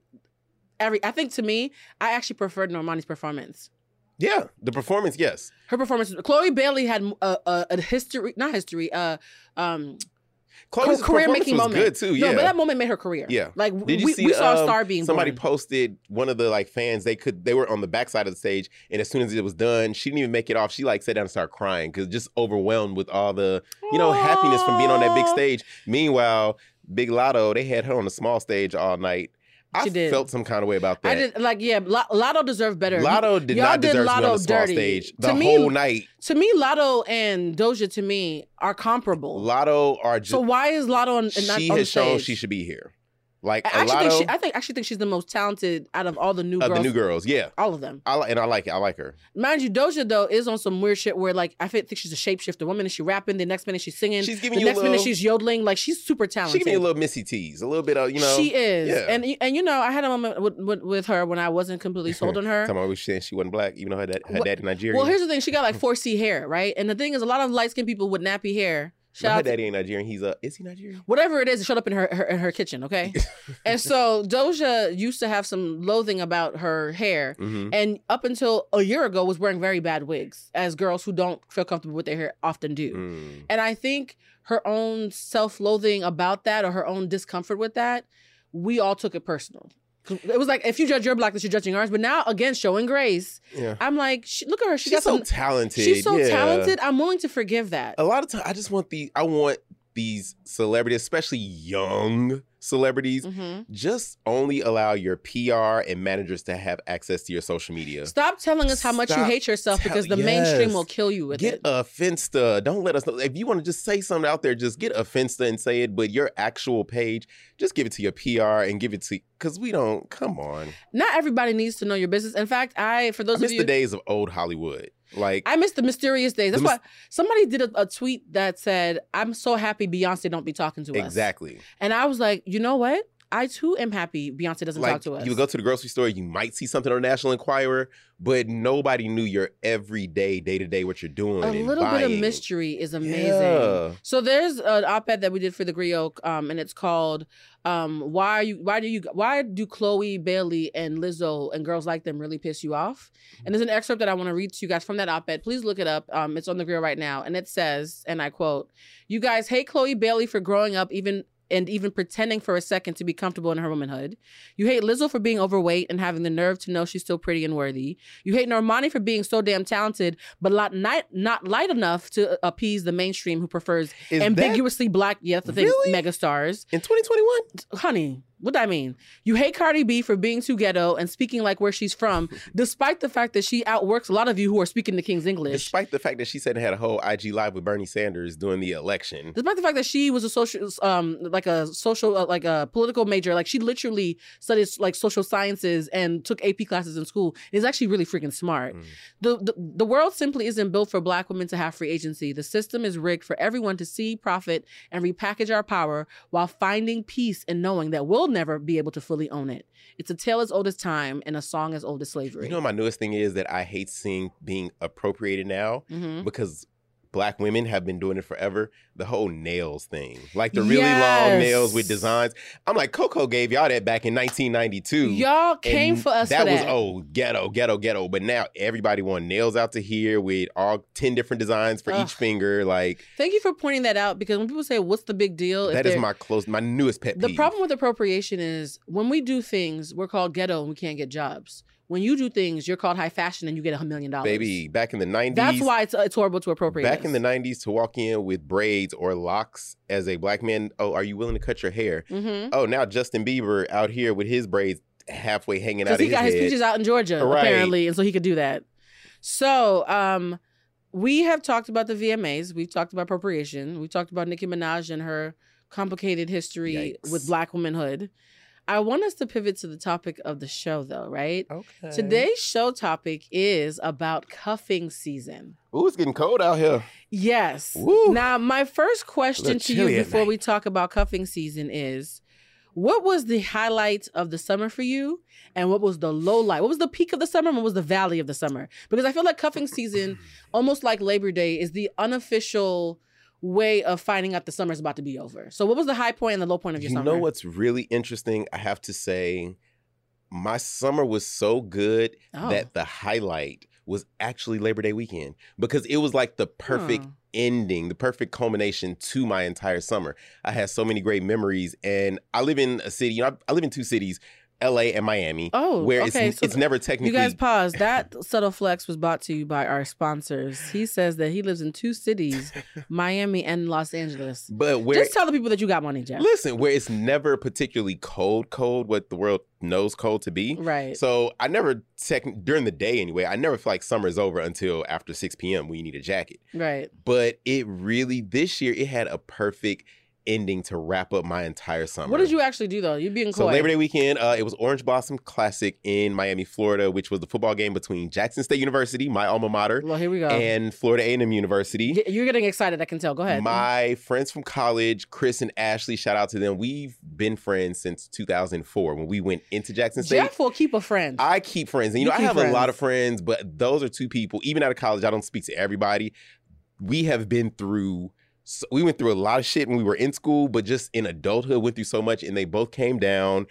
B: Every I think to me, I actually preferred Normani's performance.
C: Yeah, the performance. Yes.
B: Her performance, Chloe Bailey had a, a, a history, not history, uh, um,
C: Chloe's
B: career
C: performance
B: making
C: was
B: moment.
C: good too. Yeah.
B: No, but that moment made her career.
C: Yeah.
B: Like w-
C: Did you
B: we,
C: see,
B: we saw a
C: um,
B: star being
C: Somebody
B: born.
C: posted one of the like fans. They could they were on the backside of the stage, and as soon as it was done, she didn't even make it off. She like sat down and started crying because just overwhelmed with all the you know happiness from being on that big
B: Aw.
C: stage. Meanwhile, Big Lotto they had her on a small stage all night. I
B: She did.
C: felt some kind of way about that.
B: I did like yeah. L- Lotto deserved better.
C: Lotto did
B: Y'all
C: not
B: did
C: deserve to be on
B: Lotto
C: a small
B: dirty.
C: stage the
B: To me-
C: whole night.
B: to me, Lotto and Doja to me are comparable.
C: Lotto are just
B: so why is Lotto on, and not
C: she
B: on
C: has
B: the stage?
C: shown she should be here. Like
B: I
C: a
B: actually
C: lot
B: think
C: of
B: she, I think actually think she's the most talented out of all the new
C: of
B: girls.
C: the new girls. Yeah,
B: All of them.
C: I li- and I like it. I like her.
B: Mind you, Doja though is on some weird shit where like I fi- think she's a shapeshifter woman and she rapping. The next minute she's singing.
C: She's
B: the
C: giving you
B: next
C: a little.
B: minute she's yodeling. Like she's super
C: she
B: talented.
C: giving you a little Missy tease, a little bit of you know.
B: she is,
C: yeah.
B: and and you know I had a moment with with, with her when I wasn't completely sold on her.
C: *laughs* Talking about we saying she wasn't black, even though her dad, her
B: What-
C: dad Nigerian.
B: well, here's the thing: she
C: Hmm.
B: got like 4C hair, right? And the thing is, a lot of light skinned people with nappy hair.
C: No,
B: Shout
C: her
B: out to-
C: daddy ain't Nigerian. He's a is he Nigerian?
B: whatever it is, it showed up in her, her in her kitchen,
C: *laughs*
B: okay? and so Doja used to have some loathing about her hair.
C: Mm-hmm.
B: And up until a year ago was wearing very bad wigs, as girls who don't feel comfortable with their hair often do.
C: Mm.
B: And I think her own self-loathing about that or her own discomfort with that, we all took it personal. 'Cause It was like if you judge your blackness, you're judging ours. But now again, showing grace,
C: Yeah.
B: I'm like, she, look at her. She
C: She's
B: got
C: so
B: some.
C: talented.
B: she's so
C: yeah. Oh,
B: talented. I'm willing to forgive that.
C: a lot of times I just want the I want these celebrities, especially young celebrities,
B: hmm
C: just only allow your PR and managers to have access to your social media.
B: Stop telling us how much you
C: Stop
B: hate yourself
C: tell-
B: because the mainstream
C: yes.
B: will kill you with
C: Get
B: it.
C: a Finsta. Don't let us know. If you want to just say something out there, just get a Finsta and say it, but your actual page, just give it to your PR and give it to because we don't come on.
B: Not everybody needs to know your business. In fact, I for
C: I
B: those of
C: miss
B: you
C: the days of old Hollywood. Like
B: I miss the mysterious days.
C: The
B: That's why somebody did a, a tweet that said, "I'm so happy Beyonce don't be talking to us."
C: exactly.
B: And I was like, you know what? I too am happy Beyonce doesn't
C: Like
B: talk to us.
C: you go to the grocery store, you might see something on the National Enquirer, but nobody knew your everyday, day to day what you're doing.
B: a
C: and
B: little bit of
C: buying.
B: mystery is amazing.
C: Yeah.
B: So there's an op-ed that we did for the Griot, um, and it's called um, "Why are you? Why do you? Why do Chloe Bailey and Lizzo and girls like them really piss you off?" And there's an excerpt that I want to read to you guys from that op-ed. Please look it up. Um, it's on the Griot right now, and it says, and I quote: "You guys hate Chloe Bailey for growing up, even." And even pretending for a second to be comfortable in her womanhood. You hate Lizzo for being overweight and having the nerve to know she's still pretty and worthy. You hate Normani for being so damn talented, but lot- not, not light enough to appease the mainstream who prefers
C: Is that-
B: ambiguously black. Yeah, that's the thing.
C: Really?
B: Mega stars,
C: in 2021.
B: honey. What do I mean? You hate Cardi B for being too ghetto and speaking like where she's
C: *laughs*
B: from, despite the fact that she outworks a lot of you who are speaking the King's English. Despite,
C: Despite the fact that she said had a whole IG live with Bernie Sanders during the election.
B: the fact that she was a social, um, like a social, uh, like a political major. Like she literally studied like social sciences and took AP classes in school. Is actually really freaking smart.
C: Mm.
B: The, the the world simply isn't built for black women to have free agency. The system is rigged for everyone to see, profit, and repackage our power while finding peace in knowing that we'll never be able to fully own it. It's a tale as old as time and a song as old as slavery.
C: You know, my newest thing is that I hate seeing being appropriated now
B: Mhm.
C: because black women have been doing it forever. The whole nails thing, like the really long
B: Yes.
C: nails with designs. I'm like, Coco gave y'all that back in 1992.
B: Y'all came
C: And
B: for us.
C: That
B: for
C: was
B: that.
C: old ghetto, ghetto, ghetto. But now everybody want nails out to here with all ten different designs for
B: Ugh.
C: each finger. Like
B: Thank you for pointing that out because when people say, "What's the big deal?" if
C: that is
B: they're-
C: my close, my newest pet peeve.
B: The problem with appropriation is when we do things, we're called ghetto and we can't get jobs. When you do things, you're called high fashion and you get a million dollars.
C: baby, back in the 90s.
B: That's why it's, it's horrible to appropriate.
C: Back in the 90s, to walk in with braids or locks as a black man, oh, are you willing to cut your hair?
B: mm-hmm.
C: Oh, now Justin Bieber out here with his braids halfway hanging out
B: because
C: of
B: he
C: his
B: got his
C: head.
B: peaches out in Georgia
C: Right.
B: apparently, and so he could do that. So, um, we have talked about the VMAs. We've talked about appropriation. We've talked about Nicki Minaj and her complicated history
C: Yikes.
B: with Black womanhood. I want us to pivot to the topic of the show, though, right?
C: Okay.
B: Today's show topic is about cuffing season.
C: Ooh, it's getting cold out here.
B: Yes.
C: Woo.
B: Now, my first question
C: Little
B: to
C: chilly
B: you
C: at
B: before
C: night.
B: we talk about cuffing season is what was the highlight of the summer for you? And what was the low light? What was the peak of the summer? And what was the valley of the summer? Because I feel like cuffing
C: *clears throat*
B: season, almost like Labor Day, is the unofficial way of finding out the summer's about to be over. So, what was the high point and the low point of your
C: you
B: summer?
C: know what's really interesting? I have to say, my summer was so good
B: Oh.
C: that the highlight was actually Labor Day weekend because it was like the perfect
B: Huh.
C: ending, the perfect culmination to my entire summer. I had so many great memories, and I live in a city. You know, I, I live in two cities, L.A. and Miami.
B: Oh,
C: where
B: okay,
C: it's
B: so
C: it's never technically.
B: You guys pause. That subtle flex was brought to you by our sponsors. He says that he lives in two
C: *laughs*
B: cities, Miami and Los Angeles.
C: but where
B: Just tell the people that you got money, Jeff.
C: listen, where it's never particularly cold, cold what the world knows cold to be.
B: Right.
C: So I never tech during the day anyway. I never feel like summer's over until after 6 p.m. when you need a jacket.
B: right.
C: But it really this year it had a perfect ending to wrap up my entire summer.
B: What did you actually do though? You being coy.
C: So Labor Day weekend, uh, it was Orange Blossom Classic in Miami, Florida, which was the football game between Jackson State University, my alma mater,
B: Well, here we go.
C: and Florida A&M University.
B: Y- You're getting excited. I can tell. Go ahead.
C: My friends from college, Chris and Ashley, shout out to them. We've been friends since 2004 when we went into Jackson State.
B: Jeff will keep a friend.
C: I keep friends, and you,
B: You
C: know I
B: keep
C: have a lot of friends, but those are two people. Even out of college, I don't speak to everybody. We have been through. So we went through a lot of shit when we were in school, but just in adulthood, went through so much, and they both came down.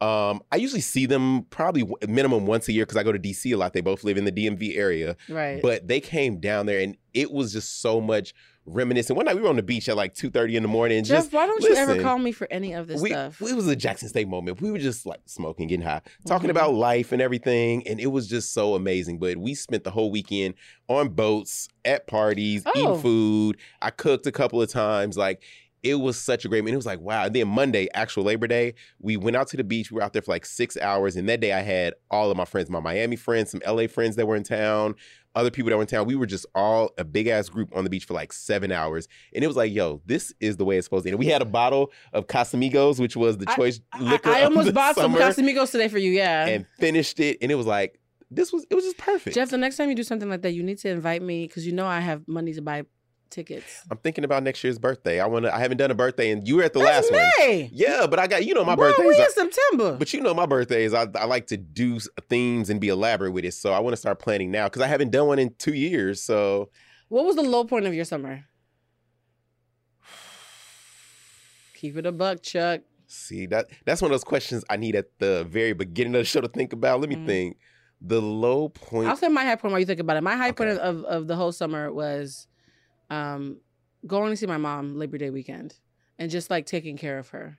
C: Um, I usually see them probably w- minimum once a year because I go to DC a lot. They both live in the DMV area,
B: right.
C: but they came down there, and it was just so much reminiscent. One night we were on the beach at like two thirty in the morning, and
B: Jeff,
C: just
B: why don't you ever
C: listen.
B: call me for any of this
C: we,
B: stuff?
C: It was a Jackson State moment. We were just like smoking, getting high, talking
B: Mhm.
C: about life and everything. And it was just so amazing. But we spent the whole weekend on boats, at parties,
B: Oh.
C: eating food. I cooked a couple of times. Like, it was such a great moment. It was like, wow. And then Monday, actual Labor Day, we went out to the beach. We were out there for like six hours. And that day, I had all of my friends, my Miami friends, some LA friends that were in town, other people that were in town. We were just all a big ass group on the beach for like seven hours. And it was like, yo, this is the way it's supposed to be. And we had a bottle of Casamigos, which was the
B: I-
C: choice
B: I,
C: liquor.
B: I
C: of
B: almost
C: the
B: bought
C: summer,
B: some Casamigos today for you. Yeah.
C: and finished it. And it was like, this was, it was just perfect.
B: Jeff, the next time you do something like that, you need to invite me because you know I have money to buy tickets.
C: I'm thinking about next year's birthday. I want to, I haven't done a birthday, and you were at the last one.
B: May.
C: Yeah, but I got, you know, my
B: Boy,
C: birthday.
B: we in September.
C: But you know, my birthdays, I, I like to do s- themes and be elaborate with it. So I want to start planning now because I haven't done one in two years. So
B: what was the low point of your summer? Keep it a buck, Chuck.
C: see that that's one of those questions I need at the very beginning of the show to think about. Let me
B: Mhm.
C: think. The low
B: I'll
C: point.
B: say my high point while you think about it. My high point
C: Okay.
B: of, of the whole summer was um, going to see my mom Labor Day weekend and just like taking care of her.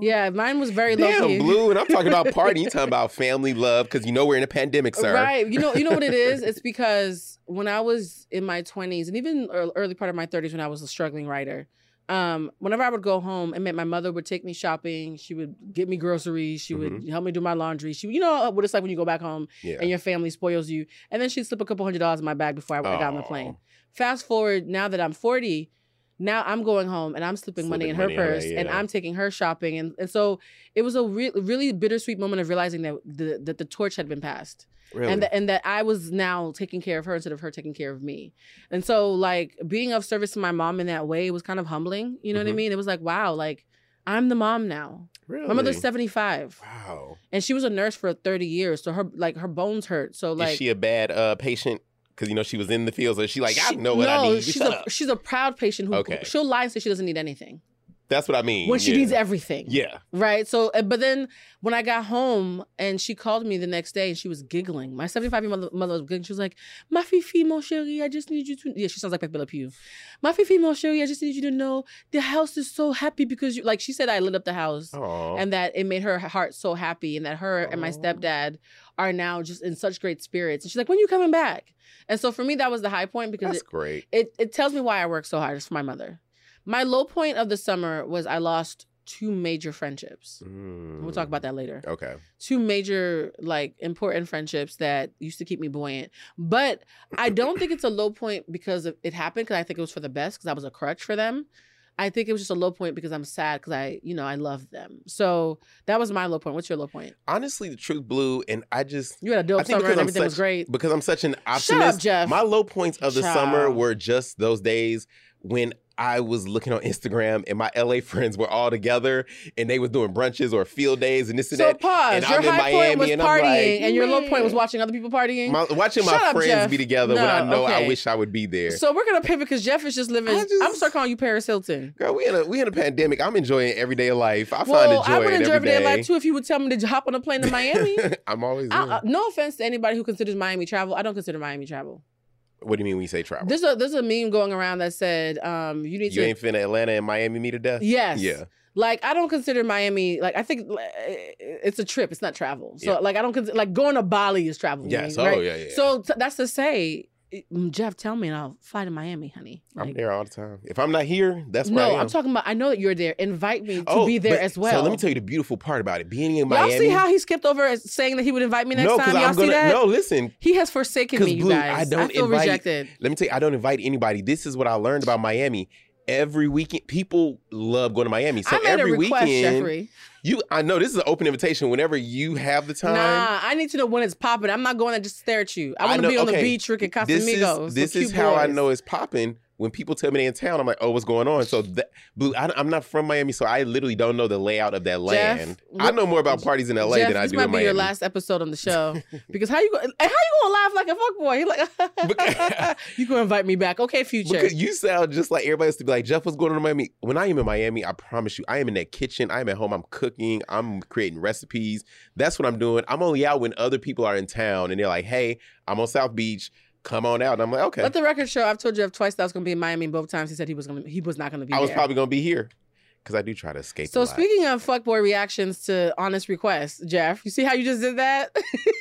B: Yeah, mine was very low
C: Oh. Damn,
B: key.
C: blue, and I'm talking about party.
B: *laughs*
C: You talking about family love because you know we're in a pandemic, sir.
B: Right. You know, you know what it
C: *laughs*
B: is? It's because when I was in my 20s and even ear- early part of my 30s when I was a struggling writer, um, whenever I would go home, it meant my mother would take me shopping. She would get me groceries. She would help me do my laundry. She, you know what it's like when you go back home
C: Mm-hmm. Yeah.
B: and your family spoils you. And then she'd slip a couple hundred dollars in my bag before I, I got on the
C: Aw.
B: plane. Fast forward now that I'm 40, now I'm going home and I'm slipping, money in
C: Slipping
B: her
C: money in her,
B: purse and
C: yeah.
B: I'm taking her shopping. And, and so it was a re- really bittersweet moment of realizing that the, that the torch had been passed
C: Really?
B: and, that and that I was now taking care of her instead of her taking care of me. And so, like, being of service to my mom in that way was kind of humbling. You know what I
C: Mhm.
B: mean? It was like, wow, like, I'm the mom now.
C: really?
B: My mother's 75,
C: Wow.
B: and she was a nurse for 30 years. So, her, like, her bones hurt. So, like,
C: Is she a bad uh, patient? Because you know she was in the field, so she like I
B: she-
C: know what I
B: no,
C: need.
B: She's
C: Shut
B: a,
C: up.
B: she's a proud patient who,
C: Okay.
B: she'll lie and say she doesn't need anything
C: That's what I mean.
B: when she
C: yeah.
B: needs everything.
C: Yeah.
B: Right. So, uh, but then when I got home and she called me the next day and she was giggling. My 75 year old mother was giggling. She was like, Ma fifi, mon chéri, I just need you to. Yeah, she sounds like Pepe Le Pew. Ma fifi, mon chéri, I just need you to know the house is so happy because you, like, she said, I lit up the house
C: Oh.
B: and that it made her heart so happy and that her and my
C: Aw.
B: stepdad are now just in such great spirits. And she's like, When you coming back? And so for me, that was the high point because
C: That's
B: it,
C: great.
B: it, it tells me why I work so hard. It's for my mother. My low point of the summer was I lost two major friendships. We'll talk
C: Mm.
B: about that later.
C: Okay.
B: Two major, like, important friendships that used to keep me buoyant. But I don't think it's a low point because of it happened, because I think it was for the best, because I was a crutch for them. I think it was just a low point because I'm sad because I, you know, I love them. So that was my low point. What's your low point?
C: Honestly, the truth, blue, and I just
B: You had a dope
C: I think
B: summer
C: because
B: and
C: I'm
B: everything was
C: such-
B: great.
C: because I'm such an
B: Shut up,
C: optimist.
B: Jeff.
C: my low points of the summer
B: Child.
C: were just those days when I was looking on Instagram and my LA *laughs* friends were all together and they was doing brunches or field days and this and
B: so
C: that.
B: pause.
C: and
B: Your
C: I'm in
B: high
C: Miami
B: point was
C: and
B: partying,
C: I'm like,
B: and your low point was
C: "Man."
B: watching other people partying.
C: My, watching my
B: Shut up,
C: friends
B: Jeff.
C: be together when I
B: No,
C: know
B: okay.
C: I wish I would be there.
B: So we're gonna pivot because Jeff is just living.
C: I
B: I'm
C: just-
B: gonna start calling you Paris Hilton.
C: Girl, we in a we in a pandemic. I'm enjoying everyday life. I
B: Well, I
C: find
B: would
C: a
B: enjoy
C: joy in
B: everyday
C: every
B: life too if you would tell me to hop on a plane
C: *laughs*
B: to Miami.
C: day. I'm always.
B: I,
C: in.
B: uh, no offense to anybody who considers Miami travel. I don't consider Miami travel.
C: what do you mean when you say travel?
B: There's a there's a meme going around that said, um, you need
C: you
B: to
C: ain't finna Atlanta and Miami me to death.
B: Yes.
C: Yeah.
B: Like I don't consider Miami like I think like, it's a trip. It's not travel. So
C: Yeah.
B: like I don't consider like going to Bali is travel. for
C: Yes.
B: me,
C: Oh
B: right?
C: yeah. Yeah.
B: So t- that's to say, mm, Jeff, tell me and I'll fly to Miami, honey.
C: I'm
B: Like-
C: there all the time. If I'm not here, that's where
B: no,
C: I am.
B: I'm talking about. I know that you're there. Invite me to
C: Oh,
B: be there
C: but-
B: as well.
C: So let me tell you the beautiful part about it. Being in
B: Y'all
C: Miami.
B: see how he skipped over as saying that he would invite me next
C: no,
B: time?
C: because
B: Y'all
C: I'm
B: see
C: gonna.
B: that?
C: No, listen.
B: He has forsaken
C: Because
B: me, you
C: blue,
B: guys.
C: I don't
B: feel
C: invite.
B: rejected.
C: Let me tell you, I don't invite anybody. This is what I learned about Miami. every weekend. People love going to Miami. So
B: I made
C: every
B: a request,
C: weekend,
B: Jeffrey.
C: you I know this is an open invitation. Whenever you have the time,
B: Nah, I need to know when it's popping. I'm not going to just stare at you. I want to
C: know-
B: be on the
C: okay,
B: beach drinking
C: this
B: Casamigos.
C: is
B: with
C: this is
B: cute
C: how I
B: boys.
C: know it's popping. When people tell me they're in town, I'm like, oh, what's going on? So that blue, I, am not from Miami, so I literally don't know the layout of that land. I
B: what-
C: know more about parties in LA
B: Jeff,
C: than I
B: this
C: do
B: might
C: in
B: be
C: Miami.
B: your
C: *laughs*
B: last episode on the show because how you go, and how you gonna laugh like a fuckboy? You like *laughs*
C: Because-
B: you gonna invite me back? Okay, future.
C: Because you sound just like everybody else to be like, Jeff, what's going on in Miami? When I am in Miami, I promise you, I am in that kitchen. I am at home. I'm cooking. I'm creating recipes. That's what I'm doing. I'm only out when other people are in town and they're like, hey, I'm on South Beach. Come on out. And I'm like, okay.
B: Let the record show. I've told Jeff twice that I was gonna be in Miami, and both times he said he was gonna he was not gonna be.
C: I was
B: there.
C: probably going to be here because I do try to escape.
B: So
C: a lot.
B: speaking of fuckboy reactions to honest requests, Jeff, you see how you just did that? *laughs*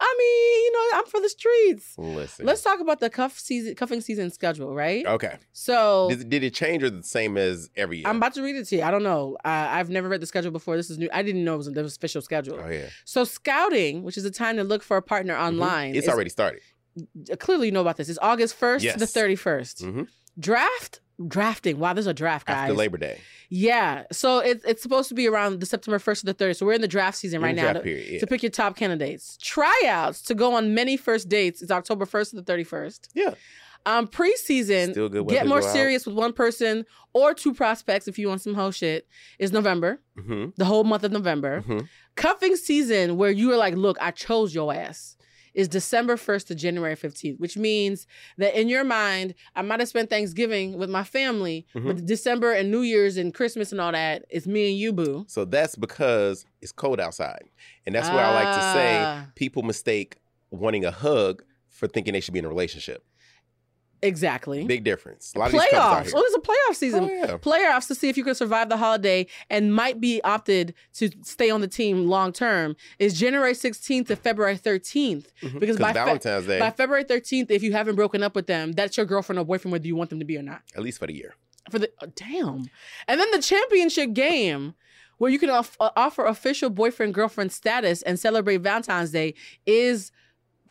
B: I mean, you know, I'm for the streets.
C: Listen.
B: Let's talk about the cuff season, cuffing season schedule, right?
C: okay.
B: So
C: Did, did it change or the same as every year?
B: Oh. I'm about to read it to you. I don't know. Uh, I've never read the schedule before. This is new. I didn't know it was an official schedule.
C: oh, yeah.
B: So scouting, which is a time to look for a partner online,
C: Mm-hmm. It's
B: is-
C: already started.
B: clearly you know about this. It's August first to the
C: Yes.
B: thirty first.
C: Mhm.
B: Draft, drafting. Wow, there's a draft, guys.
C: After Labor Day.
B: Yeah. So it's it's supposed to be around the September first to the thirtieth. So we're in the draft season right
C: In the
B: now.
C: draft
B: to-
C: period.
B: to pick your top candidates. Tryouts to go on many first dates is October 1st to the 31st.
C: Yeah.
B: Um, preseason,
C: Still good weather
B: get
C: to
B: more
C: go out.
B: serious with one person or two prospects if you want some whole shit, is November,
C: yeah. hmm
B: the whole month of November.
C: Mhm.
B: Cuffing season, where you are like, look, I chose your ass. Is December 1st to January 15th, which means that in your mind, I might have spent Thanksgiving with my family,
C: Mm-hmm.
B: but December and New Year's and Christmas and all that, it's me and you, boo.
C: So that's because it's cold outside. And that's where I like to
B: Ah.
C: say people mistake wanting a hug for thinking they should be in a relationship.
B: Exactly.
C: Big difference. A lot of these couples out
B: playoffs.
C: here.
B: Oh, there's a playoff season.
C: Oh, yeah.
B: Playoffs to see if you can survive the holiday and might be opted to stay on the team long term is January 16th to February 13th. Because
C: 'Cause
B: by, Fe-
C: Mm-hmm. Valentine's Day,
B: by February 13th, if you haven't broken up with them, that's your girlfriend or boyfriend, whether you want them to be or not.
C: at least for the year.
B: For the oh, damn, and then the championship game. Where you can off- uh, offer official boyfriend girlfriend status and celebrate Valentine's Day is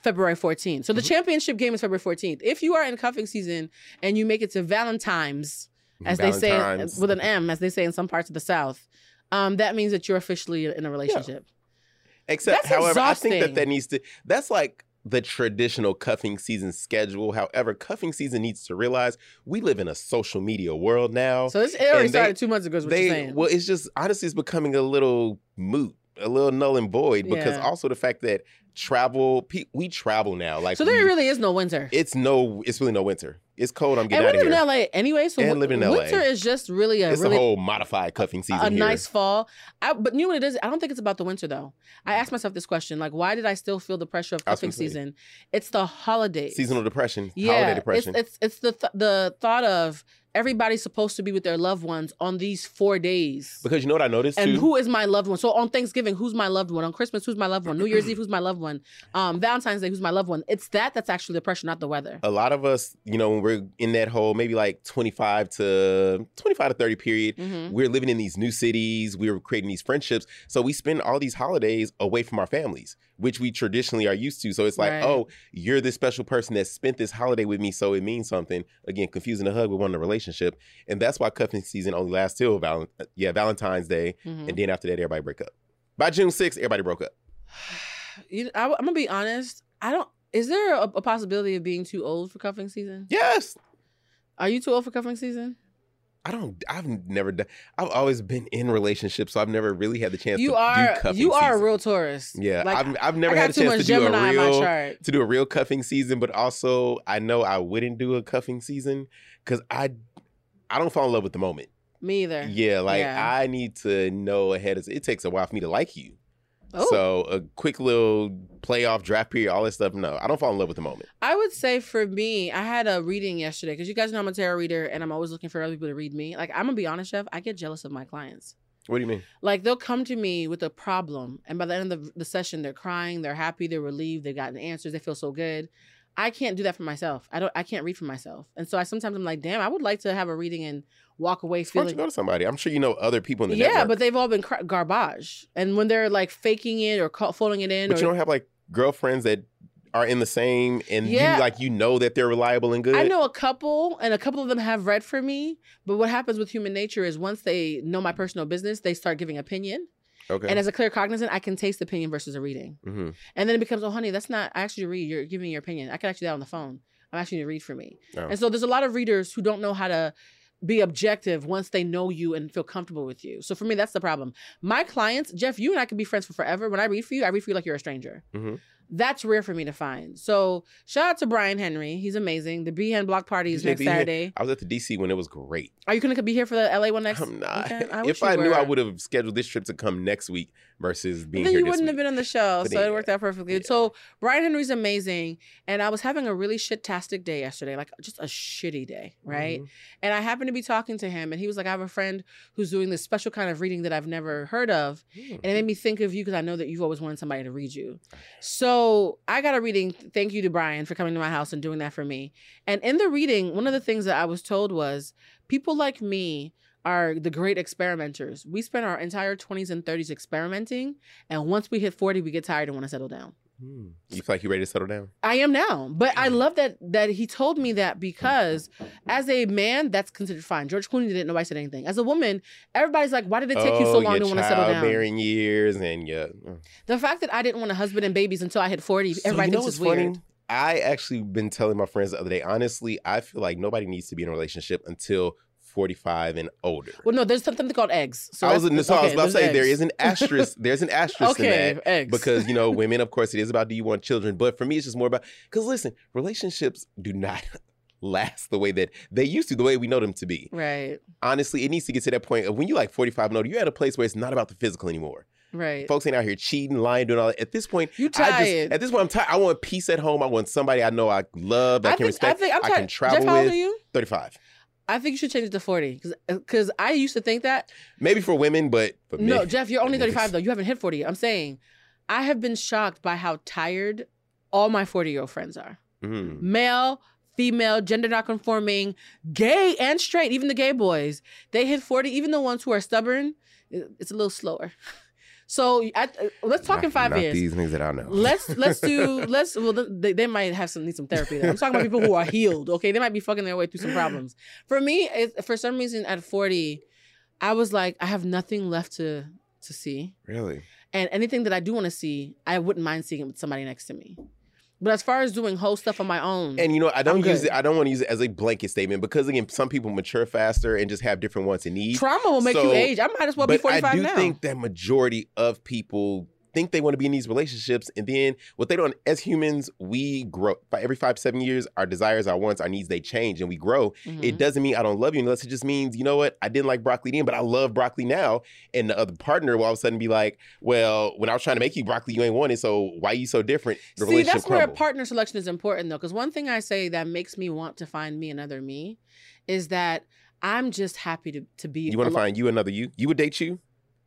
B: February 14th. So
C: Mm-hmm.
B: the championship game is February 14th. If you are in cuffing season and you make it to Valentine's, as they say
C: Valentine's.
B: with an M, as they say in some parts of the South, um, that means that you're officially in a relationship.
C: Except,
B: That's
C: however, I think
B: exhausting.
C: that that needs to. That's like the traditional cuffing season schedule. However, cuffing season needs to realize we live in a social media world now.
B: So this it already
C: And they-
B: started two months ago. Is what
C: they
B: you're saying?
C: well, it's just honestly, it's becoming a little moot, a little null and void because
B: Yeah.
C: also the fact that travel, pe- we travel now. Like
B: so there
C: we-
B: really is no winter.
C: it's no, it's really no winter. It's cold. I'm
B: and
C: getting
B: we
C: out of
B: live
C: here.
B: in LA anyway, so
C: And
B: win-
C: live in LA.
B: winter is just really a
C: it's
B: really
C: a whole modified cuffing season.
B: a
C: here.
B: nice fall. I, but you know what it is? I don't think it's about the winter though. I asked myself this question: like, why did I still feel the pressure of
C: I was
B: cuffing
C: gonna say.
B: season? It's the holidays.
C: seasonal depression,
B: Yeah,
C: holiday depression.
B: it's it's, it's the th- the thought of everybody's supposed to be with their loved ones on these four days.
C: because you know what I noticed
B: and
C: too.
B: who is my loved one? So on Thanksgiving, who's my loved one? On Christmas, who's my loved one? New Year's Eve, who's my loved one? Um, Valentine's Day, who's my loved one? It's that that's actually the pressure, not the weather.
C: a lot of us, you know, when we're in that whole maybe like 25 to 25 to 30 period,
B: Mhm.
C: we're living in these new cities, we're creating these friendships. So we spend all these holidays away from our families, which we traditionally are used to. So it's like,
B: Right.
C: oh, you're this special person that spent this holiday with me, so it means something. Again, confusing a hug with one in a relationship. And that's why cuffing season only lasts till Val- yeah, Valentine's Day.
B: Mhm.
C: And then after that, everybody break up. By June 6th, everybody broke up.
B: You, I, am gonna be honest. I don't. Is there a, a possibility of being too old for cuffing season?
C: Yes.
B: Are you too old for cuffing season?
C: I don't. I've never done. I've always been in relationships, so I've never really had the chance.
B: You
C: to
B: are.
C: Do cuffing
B: You are
C: season.
B: a real Taurus.
C: Yeah,
B: Like,
C: I've, I've never
B: I
C: had a
B: got too
C: chance
B: much
C: to do
B: Gemini
C: a
B: on my
C: real
B: chart.
C: to do a real cuffing season, but also I know I wouldn't do a cuffing season because I I don't fall in love with the moment.
B: Me either.
C: Yeah, like
B: Yeah.
C: I need to know ahead. Of, it takes a while for me to like you.
B: Oh.
C: So a quick little playoff draft period, all that stuff. No, I don't fall in love with the moment.
B: I would say for me, I had a reading yesterday because you guys know I'm a tarot reader and I'm always looking for other people to read me. Like I'm gonna be honest, Chef, I get jealous of my clients.
C: What do you mean?
B: Like they'll come to me with a problem, and by the end of the, the session, they're crying, they're happy, they're relieved, they've gotten answers, they feel so good. I can't do that for myself. I don't. I can't read for myself, and so I sometimes I'm like, damn, I would like to have a reading and walk away
C: Why don't you
B: feeling.
C: go to somebody? I'm sure you know other people in the
B: Yeah,
C: network,
B: but they've all been cr- garbage, and when they're like faking it or ca- folding it in,
C: but
B: or
C: you don't have like girlfriends that are in the same and
B: Yeah.
C: you like you know that they're reliable and good?
B: I know a couple, and a couple of them have read for me. But what happens with human nature is once they know my personal business, they start giving opinion.
C: Okay.
B: And as a clear cognizant, I can taste opinion versus a reading.
C: hmm
B: And then it becomes, oh, honey, that's not, I asked you to read. You're giving me your opinion. I can actually do that on the phone. I'm asking you to read for me.
C: Oh.
B: And so there's a lot of readers who don't know how to be objective once they know you and feel comfortable with you. So for me, that's the problem. My clients, Jeff, you and I could be friends for forever. When I read for you, I read for you like you're a stranger.
C: Mhm.
B: That's rare for me to find. So shout out to Brian Henry. He's amazing. The BN Block Party is
C: DJ,
B: next
C: do you hear-
B: Saturday.
C: I was at the DC when it was great.
B: Are you going to be here for the LA one next?
C: I'm not.
B: Okay, I wish
C: *laughs* if
B: you
C: I knew, I
B: were.
C: would have scheduled this trip to come next week versus
B: But
C: being
B: then
C: here
B: you
C: this
B: wouldn't have
C: week.
B: been on the show,
C: But
B: so
C: yeah.
B: it worked out perfectly.
C: Yeah.
B: So Brian Henry's amazing, and I was having a really shit-tastic day yesterday, like just a shitty day, right?
C: Mhm.
B: And I happened to be talking to him, and he was like, "I have a friend who's doing this special kind of reading that I've never heard of," and it made me think of you because I know that you've always wanted somebody to read you. So I got a reading. Thank you to Brian for coming to my house and doing that for me. And in the reading, one of the things that I was told was people like me are the great experimenters. We spend our entire 20s and 30s experimenting. And once we hit 40, we get tired and want to settle down.
C: Mm. You feel like you ready to settle down?
B: I am now. But
C: Mm.
B: I love that that he told me that because as a man, that's considered fine. George Clooney didn't nobody said anything. As a woman, everybody's like, why did it take you so
C: Oh,
B: long
C: your
B: to want to settle down?
C: childbearing years and uh, yeah.
B: The fact that I didn't want a husband and babies until I hit 40, everybody thinks it's weird.
C: I actually been telling my friends the other day. Honestly, I feel like nobody needs to be in a relationship until 45 and older.
B: Well, no, there's something called eggs. So
C: I was in
B: that's-
C: this. I was
B: okay,
C: about to
B: there's
C: say there
B: eggs.
C: is an asterisk. There's an asterisk in
B: *laughs*
C: that.
B: Okay, eggs.
C: because you know women of course it is about do you want children but for me it's just more about because listen relationships do not *laughs* last the way that they used to the way we know them to be
B: right,
C: honestly it needs to get to that point of when you like 45 and older you're at a place where it's not about the physical anymore
B: right.
C: folks ain't out here cheating lying doing all that at this point
B: You
C: I just,
B: tired?
C: at this point, I'm tired. I want peace at home. I want somebody I know I love, that I, can respect, I,
B: I'm
C: can
B: tired.
C: travel
B: Jeff, how old
C: with.
B: are you?
C: 35.
B: I think you should change it to 40 because I used to think that.
C: Maybe for women, but for
B: No,
C: men.
B: Jeff, you're only
C: Niggas.
B: 35 though. You haven't hit 40. I'm saying I have been shocked by how tired all my 40 year old friends are
C: Mm.
B: male, female, gender not conforming, gay and straight, even the gay boys. They hit 40, even the ones who are stubborn, it- it's a little slower. *laughs* So I, let's talk
C: Not-
B: in five
C: not
B: years.
C: These niggas that I know.
B: Let's let's
C: *laughs*
B: do let's well they, they might have some need some therapy. Though. I'm talking about people who are healed. Okay, they might be fucking their way through some problems. For me, it, for some reason at 40, I was like I have nothing left to to see,
C: really.
B: and anything that I do want to see, I wouldn't mind seeing it with somebody next to me. But as far as doing whole stuff on my own,
C: And you know, I don't
B: Mm-hmm. I'm
C: use
B: good.
C: it. I don't want to use it as a blanket statement because again, some people mature faster and just have different wants and needs.
B: trauma will make
C: So-
B: you age. I might as well be
C: but
B: 45
C: I do
B: now.
C: think that majority of people think they want to be in these relationships, and then what they don't. As humans, we grow. By every five seven years, our desires, our wants, our needs they change, and we grow.
B: Mhm.
C: It doesn't mean I don't love you unless it just means, you know what, I didn't like broccoli then, but I love broccoli now. And the other partner will all of a sudden be like, Well, when I was trying to make you broccoli, you ain't want it, so why you so different? The
B: See, that's where
C: crumbled.
B: partner selection is important, though, because one thing I say that makes me want to find me another me is that I'm just happy to, to be.
C: You want to
B: alo-
C: find you another you? You would date you?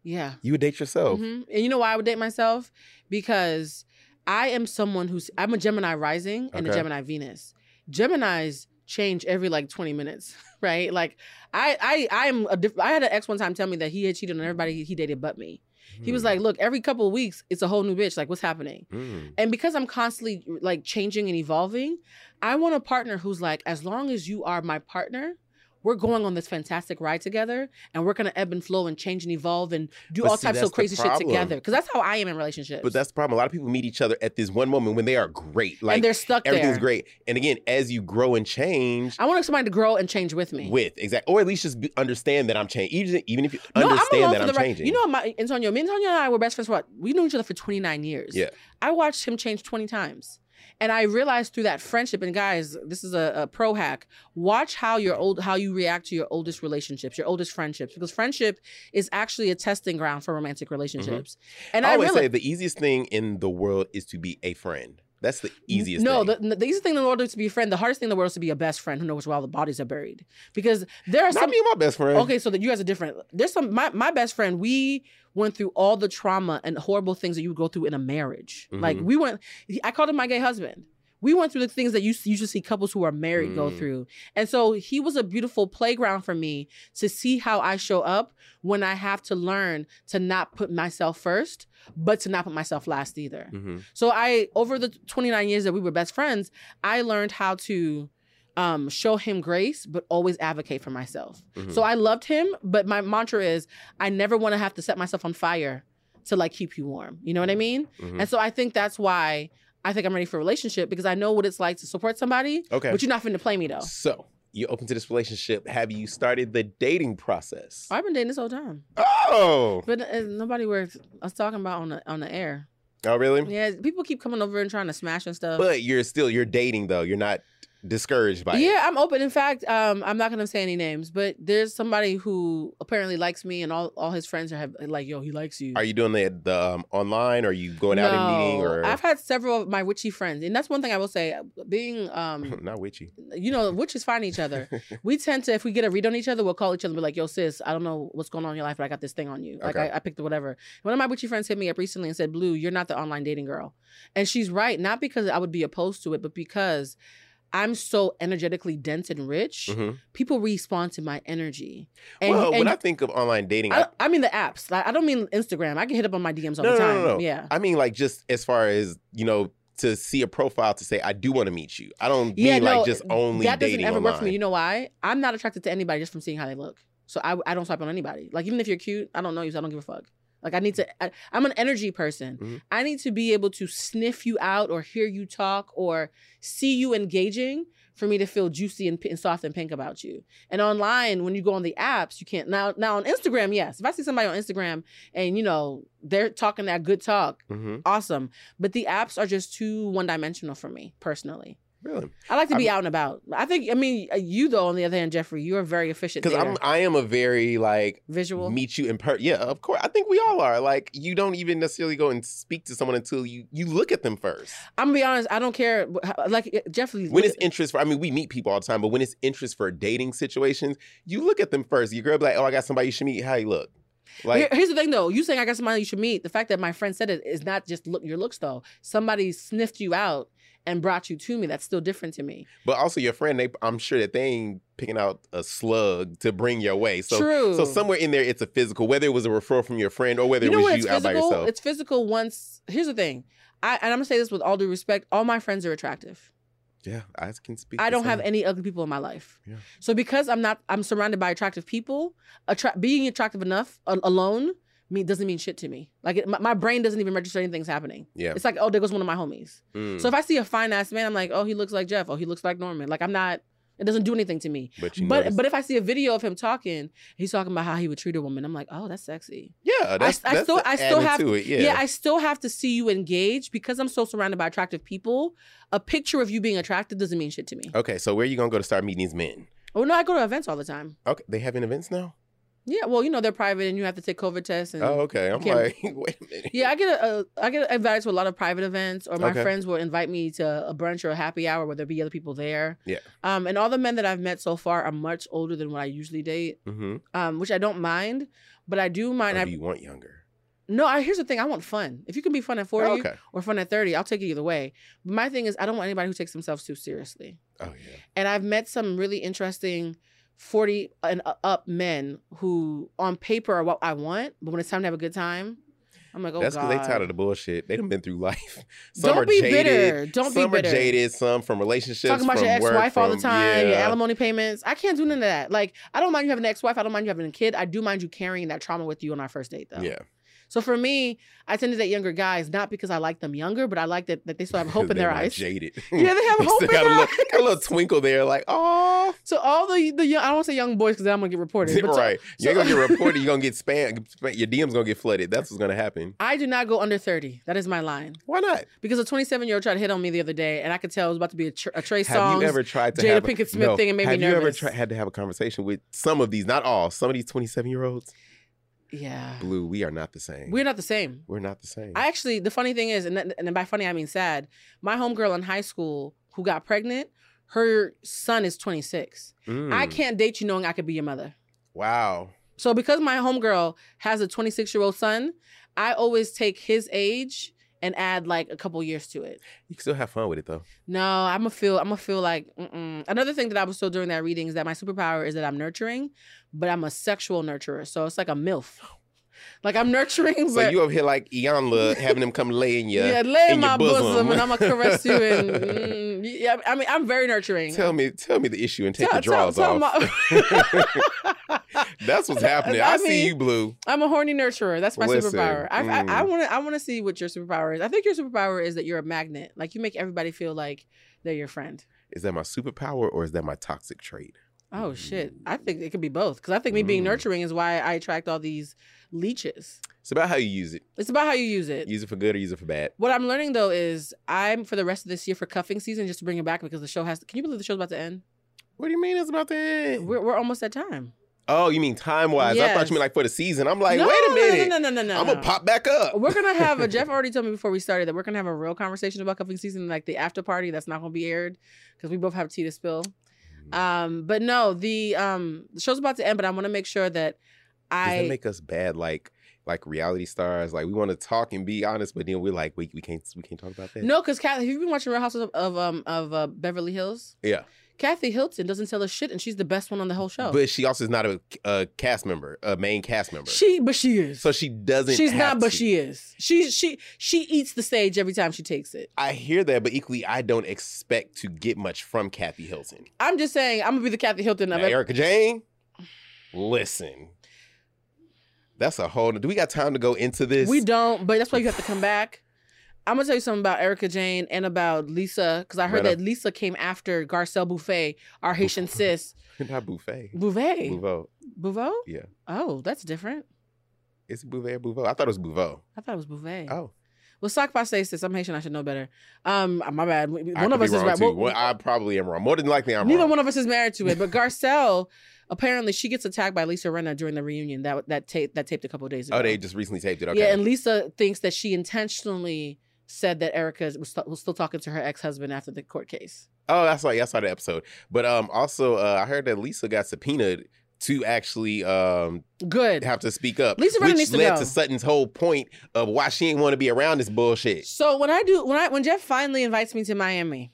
B: Yeah.
C: You would date yourself.
B: hmm And you know why I would date myself? Because I am someone who's I'm a Gemini rising and
C: Okay.
B: a Gemini Venus. Geminis change every like 20 minutes, *laughs* right? Like I I I am a diff- I had an ex one time tell me that he had cheated on everybody he dated but me. Mm-hmm. He
C: Hmm.
B: was like, "Look, every couple of weeks it's a whole new bitch. Like what's happening?"
C: Mm.
B: And because I'm constantly like changing and evolving, I want a partner who's like, as long as you are my partner, we're going on this fantastic ride together and we're gonna ebb and flow and change and evolve and do
C: But
B: all
C: see,
B: types
C: that's
B: of
C: the
B: crazy shit
C: problem.
B: together. Cause that's how I am in relationships.
C: But that's the problem. A lot of people meet each other at this one moment when they are great. Like
B: and they're stuck
C: everything's
B: there.
C: great. And again, as you grow and change
B: I want somebody to grow and change with me.
C: with exactly or at least just be, understand that I'm changing. Even, even if you
B: No, I'm
C: understand
B: alone
C: that
B: for
C: I'm
B: the right.
C: changing.
B: You know, my Antonio, me, Antonio, and I were best friends. For what? We knew each other for 29 years.
C: Yeah.
B: I watched him change 20 times, and I realized through that friendship. And guys, this is a, a pro hack. Watch how your old, how you react to your oldest relationships, your oldest friendships, because friendship is actually a testing ground for romantic relationships. And
C: Mm-hmm. I
B: I,
C: always
B: realized.
C: say the easiest thing in the world is to be a friend. That's the easiest
B: no,
C: thing.
B: the, the easiest thing in the world is to be a friend. The hardest thing in the world is to be a best friend who knows where all the bodies are buried. Because there are
C: Not
B: some
C: me and my best friend.
B: Okay, so that you guys are different. There's some my, my best friend, we went through all the trauma and horrible things that you would go through in a marriage. Like
C: Mhm.
B: we went he- I called him my gay husband. we went through the things that you s- usually see couples who are married go
C: Mm.
B: through. And so he was a beautiful playground for me to see how I show up when I have to learn to not put myself first, but to not put myself last either.
C: Mhm.
B: So I over the 29 years that we were best friends, I learned how to um, show him grace, but always advocate for myself.
C: Mhm.
B: So I loved him, but my mantra is I never want to have to set myself on fire to like keep you warm. You know what I mean?
C: Mhm.
B: And so I think that's why I think I'm ready for a relationship because I know what it's like to support somebody,
C: Okay.
B: but you're not finna play me though.
C: So you open to this relationship. Have you started the dating process?
B: I've been dating this whole time,
C: oh.
B: but uh, nobody was us talking about on the on the air.
C: Oh, really?
B: Yeah, people keep coming over and trying to smash and stuff.
C: But you're still you're dating though. You're not discouraged by it.
B: yeah, I'm open. In fact, um, I'm not gonna say any names, but there's somebody who apparently likes me, and all, all his friends are have, like, "Yo, he likes you."
C: Are you doing the the um, online? Or are you going out and meeting?
B: No,
C: Or
B: I've had several of my witchy friends, and that's one thing I will say. Being,
C: *laughs*
B: um,
C: not with you.
B: you know, witches find each other. We tend to, if we get a read on each other, we'll call each other and be like, "Yo, sis, I don't know what's going on in your life, but I got this thing on you. Like,
C: Okay.
B: I, I picked whatever." One of my witchy friends hit me up recently and said, "Blue, you're not the online dating girl," and she's right. Not because I would be opposed to it, but because I'm so energetically dense and rich
C: Mhm.
B: people respond to my energy. And,
C: well,
B: and
C: when I think of online dating,
B: I,
C: I,
B: I mean the apps. Like I don't mean Instagram. I get hit up on my DMs all
C: No,
B: the
C: no,
B: time.
C: no, no.
B: Yeah.
C: I mean like just as far as you know to see a profile to say I do want to meet you. I don't
B: Yeah,
C: mean
B: no,
C: like just only
B: that doesn't
C: dating
B: ever
C: online.
B: work for me. You know why? I'm not attracted to anybody just from seeing how they look. So I, I don't swipe on anybody. Like even if you're cute, I don't know you, so I don't give a fuck. Like I need to. I, I'm an energy person.
C: Mhm.
B: I need to be able to sniff you out or hear you talk or see you engaging for me to feel juicy and, p- and soft and pink about you. And online, when you go on the apps, you can't. Now, now on Instagram, yes. If I see somebody on Instagram and you know they're talking that good talk,
C: Mhm.
B: awesome. But the apps are just too one dimensional for me personally.
C: Really?
B: I like to be out
C: I'm-
B: and about. I think. I mean, uh, you though. On the other hand, Jeffrey, you are very efficient.
C: Because I'm
B: dater.
C: I am a very like
B: visual.
C: meet you in person. Yeah, of course. I think we all are. Like you don't even necessarily go and speak to someone until you you look at them first.
B: I'm gonna be honest. I don't care. wh- how- Like uh, Jeffrey,
C: When
B: look
C: it's interest for, I mean, we meet people all the time, but when it's interest for dating situations, you look at them first. Your girl be like, "Oh, I got somebody you should meet. How you look?"
B: Here-
C: Like,
B: here's the thing though. You saying I got somebody you should meet. The fact that my friend said it is not just look your looks though. Somebody sniffed you out and brought you to me. That's still different to me.
C: but also your friend, they, I'm sure that they ain't picking out a slug to bring your way. So,
B: True.
C: so somewhere in there, it's a physical. Whether it was a referral from your friend or whether
B: you know
C: it
B: when
C: was
B: it's
C: you out by
B: physical.
C: yourself.
B: It's physical. Once here's the thing. I, and I'm gonna say this with all due respect. All my friends are attractive.
C: Yeah, I can speak.
B: I
C: to
B: don't have
C: someone.
B: any ugly people in my life.
C: Yeah.
B: So because I'm not, I'm surrounded by attractive people. Attra- being attractive enough a- alone me doesn't mean shit to me. Like it, my, my brain doesn't even register anything's happening.
C: Yeah.
B: It's like, oh, there goes one of my homies.
C: Mm.
B: So if I see a fine ass man, I'm like, oh, he looks like Jeff. Oh, he looks like Norman. Like I'm not. It doesn't do anything to me.
C: but you
B: but
C: notice-
B: but if I see a video of him talking, he's talking about how he would treat a woman. I'm like, oh, that's sexy.
C: yeah, that's,
B: I
C: that's
B: still-
C: the
B: I still
C: added
B: have-
C: to it. Yeah.
B: Yeah. I still have to see you engage because I'm so surrounded by attractive people. A picture of you being attractive doesn't mean shit to me.
C: okay, so where are you gonna go to start meeting these men?
B: Oh no, I go to events all the time.
C: Okay, they having events now.
B: Yeah, well, you know they're private, and you have to take COVID tests. And
C: Oh, okay. I'm
B: Okay.
C: like, *laughs* wait a minute.
B: Mm. yeah, I get a, a I get invited to a lot of private events, or my
C: Okay.
B: friends will invite me to a brunch or a happy hour where there'll be other people there.
C: Yeah.
B: Um, and all the men that I've met so far are much older than what I usually date,
C: Mm-hmm.
B: um, which I don't mind, but I do mind.
C: Or do
B: I,
C: you want younger?
B: no, I here's the thing: I want fun. If you can be fun at forty
C: Oh, okay.
B: or fun at thirty, I'll take it either way. But my thing is, I don't want anybody who takes themselves too seriously.
C: Oh yeah.
B: and I've met some really interesting 40 and up men who on paper are what I want, but when it's time to have a good time, I'm like, oh
C: That's
B: god.
C: because they tired of the bullshit. They done been
B: *laughs*
C: through life.
B: Don't be bitter.
C: jaded.
B: Don't be
C: some
B: bitter.
C: are jaded. Some from relationships.
B: Talking about
C: from
B: your
C: work,
B: ex-wife all the
C: from-
B: time, your
C: yeah.
B: alimony payments. I can't do none of that. Like, I don't mind you having an ex-wife. I don't mind you having a kid. I do mind you carrying that trauma with you on our first date, though.
C: Yeah.
B: So for me, I tend to date younger guys, not because I like them younger, but I like that, that they still have
C: *laughs*
B: hope in
C: They're
B: their
C: not
B: eyes.
C: Jaded.
B: *laughs* Yeah,
C: *laughs*
B: they have hope in
C: still got
B: their
C: a little,
B: eyes.
C: got a little twinkle there, like,
B: *laughs*
C: oh,
B: So all the the young, I don't want to say young boys because I'm gonna get
C: *laughs*
B: reported. But to-
C: right.
B: so-
C: You're gonna
B: *laughs*
C: get reported. You're gonna get spam. spam- Your DMs gonna get flooded. That's what's gonna happen.
B: I do not go under 30. That is my line.
C: Why not?
B: Because a 27 year old tried to hit on me the other day, and I could tell it was about to be a, tr- a Trey
C: Have
B: Songz.
C: you ever tried to
B: Jada
C: have a-
B: Pinkett Smith thing and made me
C: have you ever
B: nervous.
C: tri- had to have a conversation with some of these, not all, some of these 27
B: *sighs*
C: year olds?
B: yeah,
C: Blue, we are not the same.
B: we're not the same.
C: We're not the same.
B: I actually, the funny thing is, and, th- and by funny I mean sad. My homegirl in high school who got pregnant, her son is 26. I
C: Mm.
B: can't date you knowing I could be your mother.
C: Wow.
B: So because my homegirl has a 26 year old son, I always take his age and add like a couple years to it.
C: You can still have fun with it though.
B: No, I'm gonna feel. I'm gonna feel like. Mm-mm. Another thing that I was told during that reading is that my superpower is that I'm nurturing, but I'm a sexual nurturer. So it's like a milf. Like I'm nurturing.
C: So
B: but,
C: you over here like
B: *laughs*
C: Iyanla having them come lay in your
B: yeah, lay
C: in
B: in
C: your
B: my
C: bosom.
B: bosom. and I'm gonna caress you.
C: *laughs*
B: And mm, yeah, I mean, I'm very nurturing.
C: Tell me, tell me the issue and take
B: Tell-
C: the drawers
B: tell- tell
C: off. *laughs*
B: my-
C: That's what's happening. I,
B: I
C: see
B: mean-
C: you, Blue.
B: *laughs* I'm a horny nurturer. That's my
C: Listen,
B: superpower. I,
C: mm.
B: I, I want to. I want to see what your superpower is. I think your superpower is that you're a magnet. Like you make everybody feel like they're your friend.
C: Is that my superpower or is that my toxic trait?
B: Oh shit! I think it could be both because I think me being
C: Mm.
B: nurturing is why I attract all these leeches.
C: It's about how you use it.
B: It's about how you use it.
C: Use it for good or use it for bad.
B: what I'm learning though is I'm for the rest of this year for cuffing season just to bring it back because the show has. Can you believe the show's about to end?
C: What do you mean it's about the end?
B: We're we're almost at time.
C: oh, you mean time wise? I thought
B: Yes.
C: you meant like for the season. I'm like,
B: No,
C: wait a
B: no, no, no,
C: minute.
B: No, no, no, no.
C: I'm
B: no.
C: gonna pop back up.
B: We're gonna have
C: *laughs*
B: a Jeff already told me before we started that we're gonna have a real conversation about cuffing season, like the after party that's not gonna be aired because we both have tea to spill.
C: Mm.
B: Um, but no, the um the show's about to end, but I want to make sure that
C: Does
B: I
C: that make us bad like like reality stars? Like we want to talk and be honest, but then we're like, we, we can't we can't talk about that.
B: no, because Kathy, have you been watching Real Houses of, of um of uh, Beverly Hills?
C: Yeah.
B: Kathy Hilton doesn't tell us shit, and she's the best one on the whole show.
C: But she also is not a, a cast member, a main cast member.
B: she, but she is.
C: so she doesn't.
B: She's
C: have
B: not, but
C: to.
B: she is. She she she eats the stage every time she takes it.
C: I hear that, but equally, I don't expect to get much from Kathy Hilton.
B: I'm just saying, I'm gonna be the Kathy Hilton
C: Now,
B: of it.
C: Erica Jane, listen, that's a whole. Do we got time to go into this? *laughs*
B: We don't, but that's why you have to come back. I'm gonna tell you something about Erica Jane and about Lisa, because I heard
C: Right
B: that Lisa came after Garcelle Buffet, our Haitian sis.
C: not Buffet.
B: Bouvet.
C: Bouveau.
B: Bouveau?
C: Yeah.
B: Oh, that's different.
C: Is it Bouvet or Bouveau? I thought it was Bouveau.
B: I thought it was Bouvet.
C: Oh,
B: Well, Sock Passe sis, I'm Haitian, I should know better. Um, my bad. One
C: I could
B: of
C: be
B: us is
C: wrong
B: right.
C: Too.
B: Well,
C: Well, I probably am wrong. More than likely, I'm
B: Neither
C: wrong.
B: one of us is married to it, but Garcelle apparently she gets attacked by Lisa Renna during the reunion that that tape that taped a couple days ago.
C: Oh, they just recently taped it. Okay.
B: Yeah, and Lisa thinks that she intentionally said that Erica was, st- was still talking to her ex husband after the court case.
C: oh, that's right. Yeah, I saw the episode. But um, also, uh, I heard that Lisa got subpoenaed to actually um
B: Good.
C: have to speak up.
B: Lisa Rinna
C: which
B: needs to
C: led
B: go.
C: to Sutton's whole point of why she didn't want to be around this bullshit.
B: So when I do when I when Jeff finally invites me to Miami,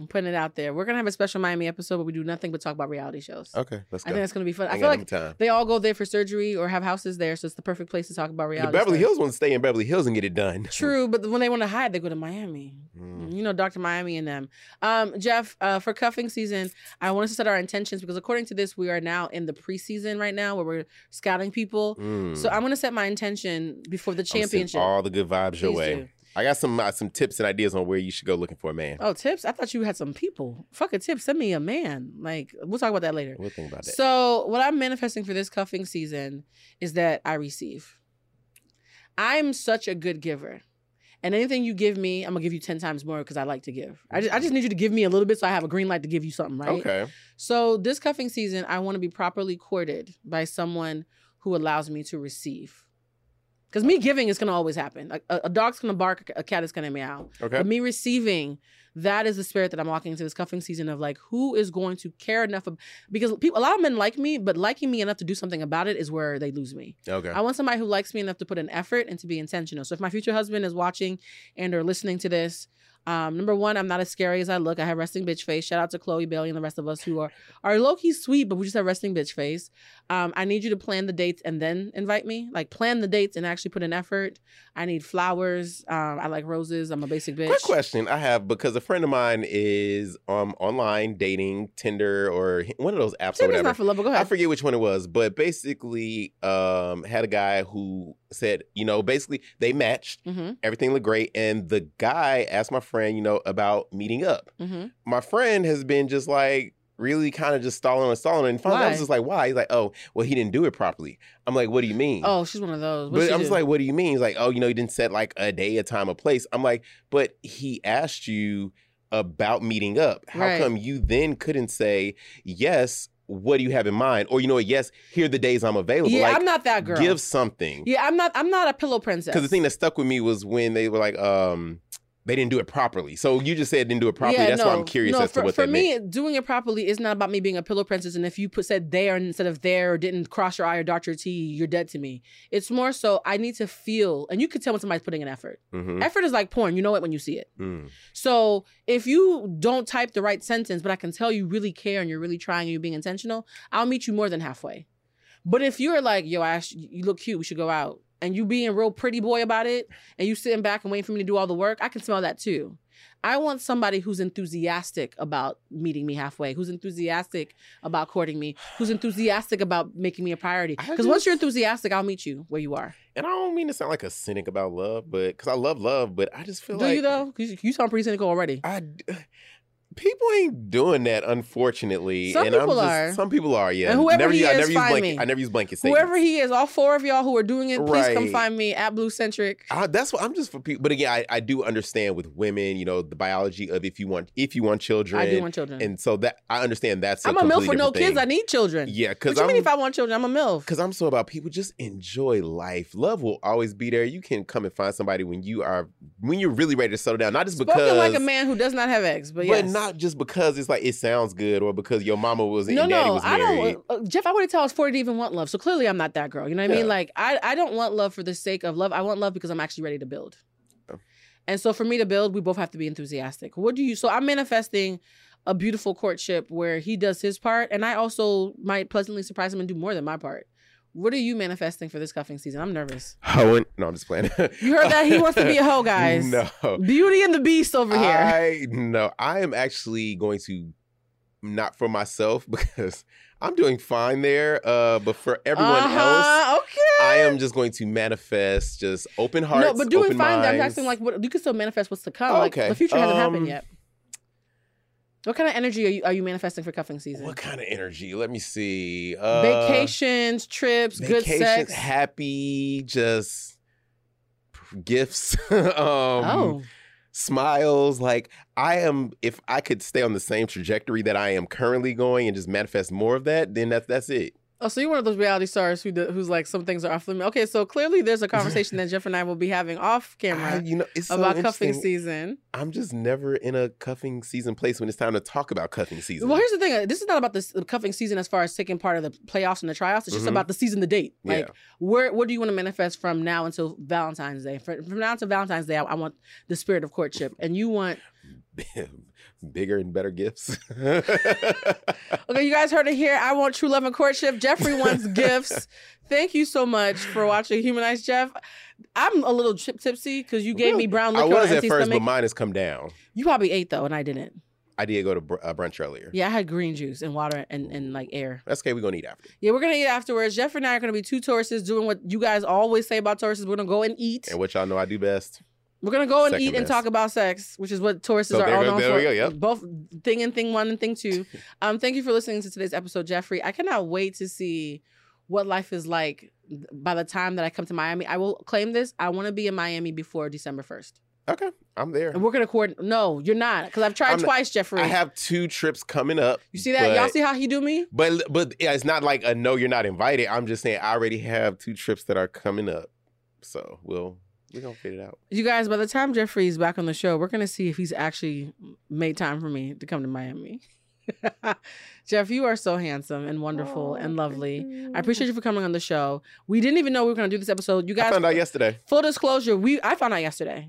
B: I'm putting it out there. We're gonna have a special Miami episode where we do nothing but talk about reality shows.
C: Okay, let's
B: I
C: go.
B: think that's gonna be fun. I
C: Ain't
B: feel
C: got
B: like
C: no time.
B: they all go there for surgery or have houses there, so it's the perfect place to talk about
C: The
B: reality.
C: Beverly
B: shows.
C: Hills wants to stay in Beverly Hills and get it done.
B: True, but when they want to hide, they go to Miami.
C: Mm.
B: You know, Dr. Miami and them. Um, Jeff, uh, for cuffing season, I want us to set our intentions because according to this, we are now in the preseason right now where we're scouting people.
C: Mm.
B: So I'm going to set my intention before the
C: I'm sending
B: championship.
C: All the good vibes your
B: Please
C: way.
B: do.
C: I got some uh, some tips and ideas on where you should go looking for a man.
B: Oh, tips? I thought you had some people. Fuck a tip. Send me a man. Like, we'll talk about that later.
C: We'll think about that.
B: So, what I'm manifesting for this cuffing season is that I receive. I'm such a good giver. And anything you give me, I'm gonna give you 10 times more because I like to give. I just, I just need you to give me a little bit so I have a green light to give you something, right?
C: Okay.
B: So, this cuffing season, I wanna be properly courted by someone who allows me to receive. Because me giving is gonna always happen. Like, a, a dog's gonna bark, a cat is gonna meow.
C: Okay.
B: But me receiving, that is the spirit that I'm walking into this cuffing season of like, who is going to care enough? Ab- because people, a lot of men like me, but liking me enough to do something about it is where they lose me.
C: Okay.
B: I want somebody who likes me enough to put an effort and to be intentional. So if my future husband is watching and or listening to this, um, number one, I'm not as scary as I look. I have resting bitch face. Shout out to Chloe Bailey and the rest of us who are are low key sweet, but we just have resting bitch face. Um, I need you to plan the dates and then invite me. Like plan the dates and actually put an effort. I need flowers. Um, I like roses. I'm a basic bitch.
C: Quick question I have because a friend of mine is um online dating Tinder or one of those apps or
B: Tinder's
C: whatever.
B: not for love, but go
C: I
B: ahead.
C: forget which one it was, but basically um had a guy who said, you know, basically they matched,
B: Mhm,
C: everything looked great, and the guy asked my friend, you know, about meeting up.
B: mhm.
C: my friend has been just like really kind of just stalling and stalling. And finally, I was
B: Why?
C: just like, why? He's like, oh, well, he didn't do it properly. I'm like, what do you mean?
B: Oh, she's one of those. What'd
C: but
B: she
C: I'm just
B: do?
C: like, what do you mean? He's like, oh, you know, he didn't set like a day, a time, a place. I'm like, but he asked you about meeting up. How
B: Right.
C: come you then couldn't say, yes, what do you have in mind? Or, you know, what, yes, here are the days I'm available.
B: yeah,
C: like,
B: I'm not that girl.
C: give something.
B: yeah, I'm not. I'm not a pillow princess.
C: Because the thing that stuck with me was when they were like, um, they didn't do it properly. So you just said didn't do it properly. That's why I'm curious as
B: for,
C: to what
B: for
C: that
B: me,
C: meant.
B: doing it properly is not about me being a pillow princess. And if you put said there instead of there, or didn't cross your eye or dot your T, you're dead to me. It's more so I need to feel, and you can tell when somebody's putting in effort.
C: Mhm.
B: Effort is like porn. You know it when you see it.
C: Mm.
B: So if you don't type the right sentence, but I can tell you really care and you're really trying and you're being intentional, I'll meet you more than halfway. But if you're like, yo, Ash, you look cute, we should go out, and you being real pretty boy about it, and you sitting back and waiting for me to do all the work, I can smell that too. I want somebody who's enthusiastic about meeting me halfway, who's enthusiastic about courting me, who's enthusiastic about making me a priority.
C: I
B: Because once you're
C: just-
B: enthusiastic, I'll meet you where you are.
C: And I don't mean to sound like a cynic about love, but because I love love, but I just feel
B: Do
C: like
B: you though? 'Cause You you sound pretty cynical already.
C: I d- people ain't doing that, unfortunately.
B: Some
C: and I'm
B: people
C: just,
B: are.
C: Some people are, yeah.
B: And whoever
C: never,
B: he
C: use- I
B: is,
C: never use
B: find
C: blanket.
B: me.
C: I never use blanket statements.
B: Whoever he is, all four of y'all who are doing it, please come
C: Right.
B: find me at Blue Centric.
C: I, that's what I'm just for people. But again, I, I do understand with women, you know, the biology of if you want if you want children,
B: I do want children.
C: and so that I understand that's.
B: I'm a milf for
C: completely
B: no
C: different
B: kids. I
C: thing.
B: need children.
C: yeah,
B: what
C: because
B: you
C: I'm
B: mean if I want children? I'm a milf.
C: because I'm so about people just enjoy life. Love will always be there. You can come and find somebody when you are when you're really ready to settle down. Not just
B: Spoken
C: because,
B: like a man who does not have eggs, but,
C: but,
B: yes.
C: not just because it's like it sounds good or because your mama was
B: No,
C: and daddy
B: no,
C: was
B: I
C: married.
B: don't. Uh, Jeff, I wouldn't tell I was 40 to even want love. So clearly, I'm not that girl. You know what I
C: Yeah.
B: mean? Like, I, I don't want love for the sake of love. I want love because I'm actually ready to build.
C: Oh.
B: And so for me to build, we both have to be enthusiastic. What do you? So I'm manifesting a beautiful courtship where he does his part, and I also might pleasantly surprise him and do more than my part. What are you manifesting for this cuffing season? I'm nervous.
C: Hoeing? No, I'm just playing.
B: You heard that? He wants
C: *laughs*
B: to be a hoe, guys.
C: No.
B: Beauty and the Beast over here.
C: I no, I am actually going to not for myself *laughs* because I'm doing fine there. Uh, but for everyone else,
B: Uh-huh, Okay.
C: I am just going to manifest just open hearts.
B: no, but doing
C: open
B: fine. I'm
C: minds.
B: asking like what you can still manifest what's to come.
C: Oh,
B: like
C: okay.
B: the future hasn't
C: Um,
B: happened yet. What kind of energy are you are you manifesting for cuffing season?
C: what kind of energy? Let me see. Uh,
B: Vacations, trips, good
C: vacations,
B: sex.
C: happy, just gifts. *laughs* um,
B: oh,
C: smiles. Like I am, if I could stay on the same trajectory that I am currently going and just manifest more of that, then that's that's it.
B: oh, so you're one of those reality stars who do, who's like some things are off limits. Okay, so clearly there's a
C: *laughs*
B: conversation that Jeff and I will be having off
C: I-
B: camera
C: you know, it's so
B: about cuffing
C: interesting.
B: season.
C: I'm just never in a cuffing season place when it's time to talk about cuffing season.
B: Well, here's the thing. uh, This is not about the s- the cuffing season as far as taking part of the playoffs and the tryouts. It's just
C: Mhm.
B: about the season to date.
C: yeah.
B: Like, where what do you want to manifest from now until Valentine's Day? From, from now until Valentine's Day, I, I want the spirit of courtship, and you want.
C: *laughs* Bigger and better gifts. *laughs*
B: Oh Okay, you guys heard it here. I want true love and courtship. Jeffrey
C: *laughs*
B: wants gifts. Thank you so much for watching Humanize Jeff. I'm a little chip tipsy because you gave
C: Really?
B: me brown
C: I
B: liquor
C: was
B: on
C: at
B: empty
C: first,
B: stomach.
C: but mine has come down.
B: you probably ate though, and I didn't.
C: I did go to br- uh, brunch earlier.
B: Yeah, I had green juice and water and, and like air.
C: That's okay. We're going to eat after.
B: Yeah, we're gonna eat afterwards. Jeffrey and I are gonna be two Tauruses doing what you guys always say about Tauruses. We're gonna go and eat.
C: And what y'all know I do best.
B: We're gonna go and
C: Second
B: eat and
C: best.
B: talk about sex, which is what Tauruses
C: So
B: are
C: there
B: all
C: we-
B: known
C: there
B: for.
C: we go, yep.
B: Both thing and thing one and thing
C: *laughs*
B: two. Um, thank you for listening to today's episode, Jeffrey. I cannot wait to see what life is like by the time that I come to Miami. I will claim this. I want to be in Miami before December first,
C: Okay. I'm there.
B: and we're gonna coordinate. No, you're not, because I've tried
C: I'm not-
B: twice, Jeffrey.
C: I have two trips coming up.
B: you see that? Y'all
C: but-
B: see how he do me?
C: But but yeah, it's not like a no, you're not invited. I'm just saying I already have two trips that are coming up, so we'll we're gonna fit it out.
B: You guys, by the time Jeffrey's back on the show, we're gonna see if he's actually made time for me to come to Miami. *laughs* Jeff, you are so handsome and wonderful and lovely. I appreciate you for coming on the show. We didn't even know we were gonna do this episode. You
C: I
B: guys,
C: found out yesterday.
B: full disclosure, we I found out
C: *laughs*
B: yesterday.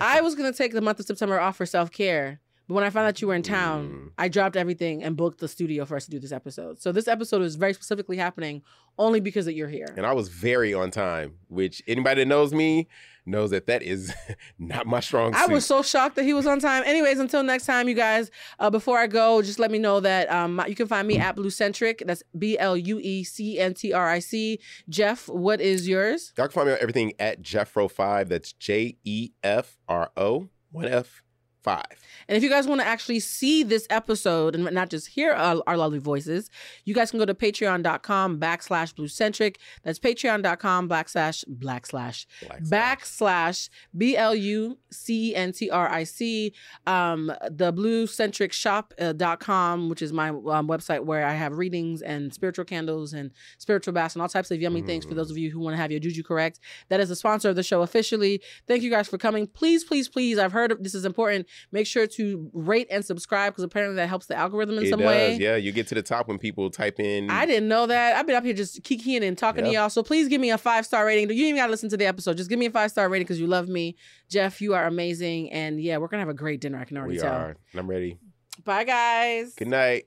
B: I was gonna take the month of September off for self care, but when I found out you were in town,
C: Mm.
B: I dropped everything and booked the studio for us to do this episode. So this episode is very specifically happening only because that you're here.
C: And I was very on time, which anybody that knows me knows that that is *laughs* not my strong suit.
B: I was so shocked that he was on time. Anyways, until next time, you guys. Uh, before I go, just let me know that um, you can find me at Bluecentric. That's B L U E C N T R I C. Jeff, what is yours?
C: Y'all can find me on everything at Jeffro5. That's J E F R O one F five.
B: And if you guys want to actually see this episode and not just hear our, our lovely voices, you guys can go to patreon.com backslash bluecentric. That's patreon.com backslash backslash
C: Black
B: backslash B L U C E N T R I C. Um, the bluecentricshop.com, uh, which is my um, website where I have readings and spiritual candles and spiritual baths and all types of yummy things for
C: Mm.
B: those of you who want to have your juju correct. That is the sponsor of the show officially. Thank you guys for coming. Please, please, please. I've heard this is important. Make sure to rate and subscribe because apparently that helps the algorithm in
C: It
B: some
C: does,
B: way.
C: yeah. You get to the top when people type in.
B: I didn't know that. I've been up here just kikiing and talking to
C: Yeah.
B: y'all. So please give me a five star rating. You even got to listen to the episode. Just give me a five star rating because you love me. Jeff, you are amazing. And yeah, we're going to have a great dinner. I can already
C: We
B: tell.
C: are. And I'm ready.
B: Bye, guys.
C: Good night.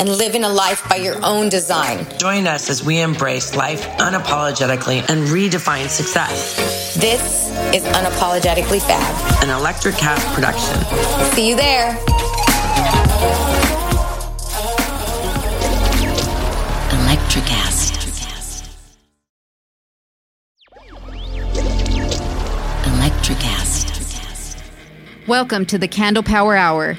D: and living a life by your own design.
E: Join us as we embrace life unapologetically and redefine success.
D: This is Unapologetically Fab.
E: An Electric Cast production.
D: See you there.
E: Electric Acid. Electric Acid.
F: Welcome to the Candle Power Hour.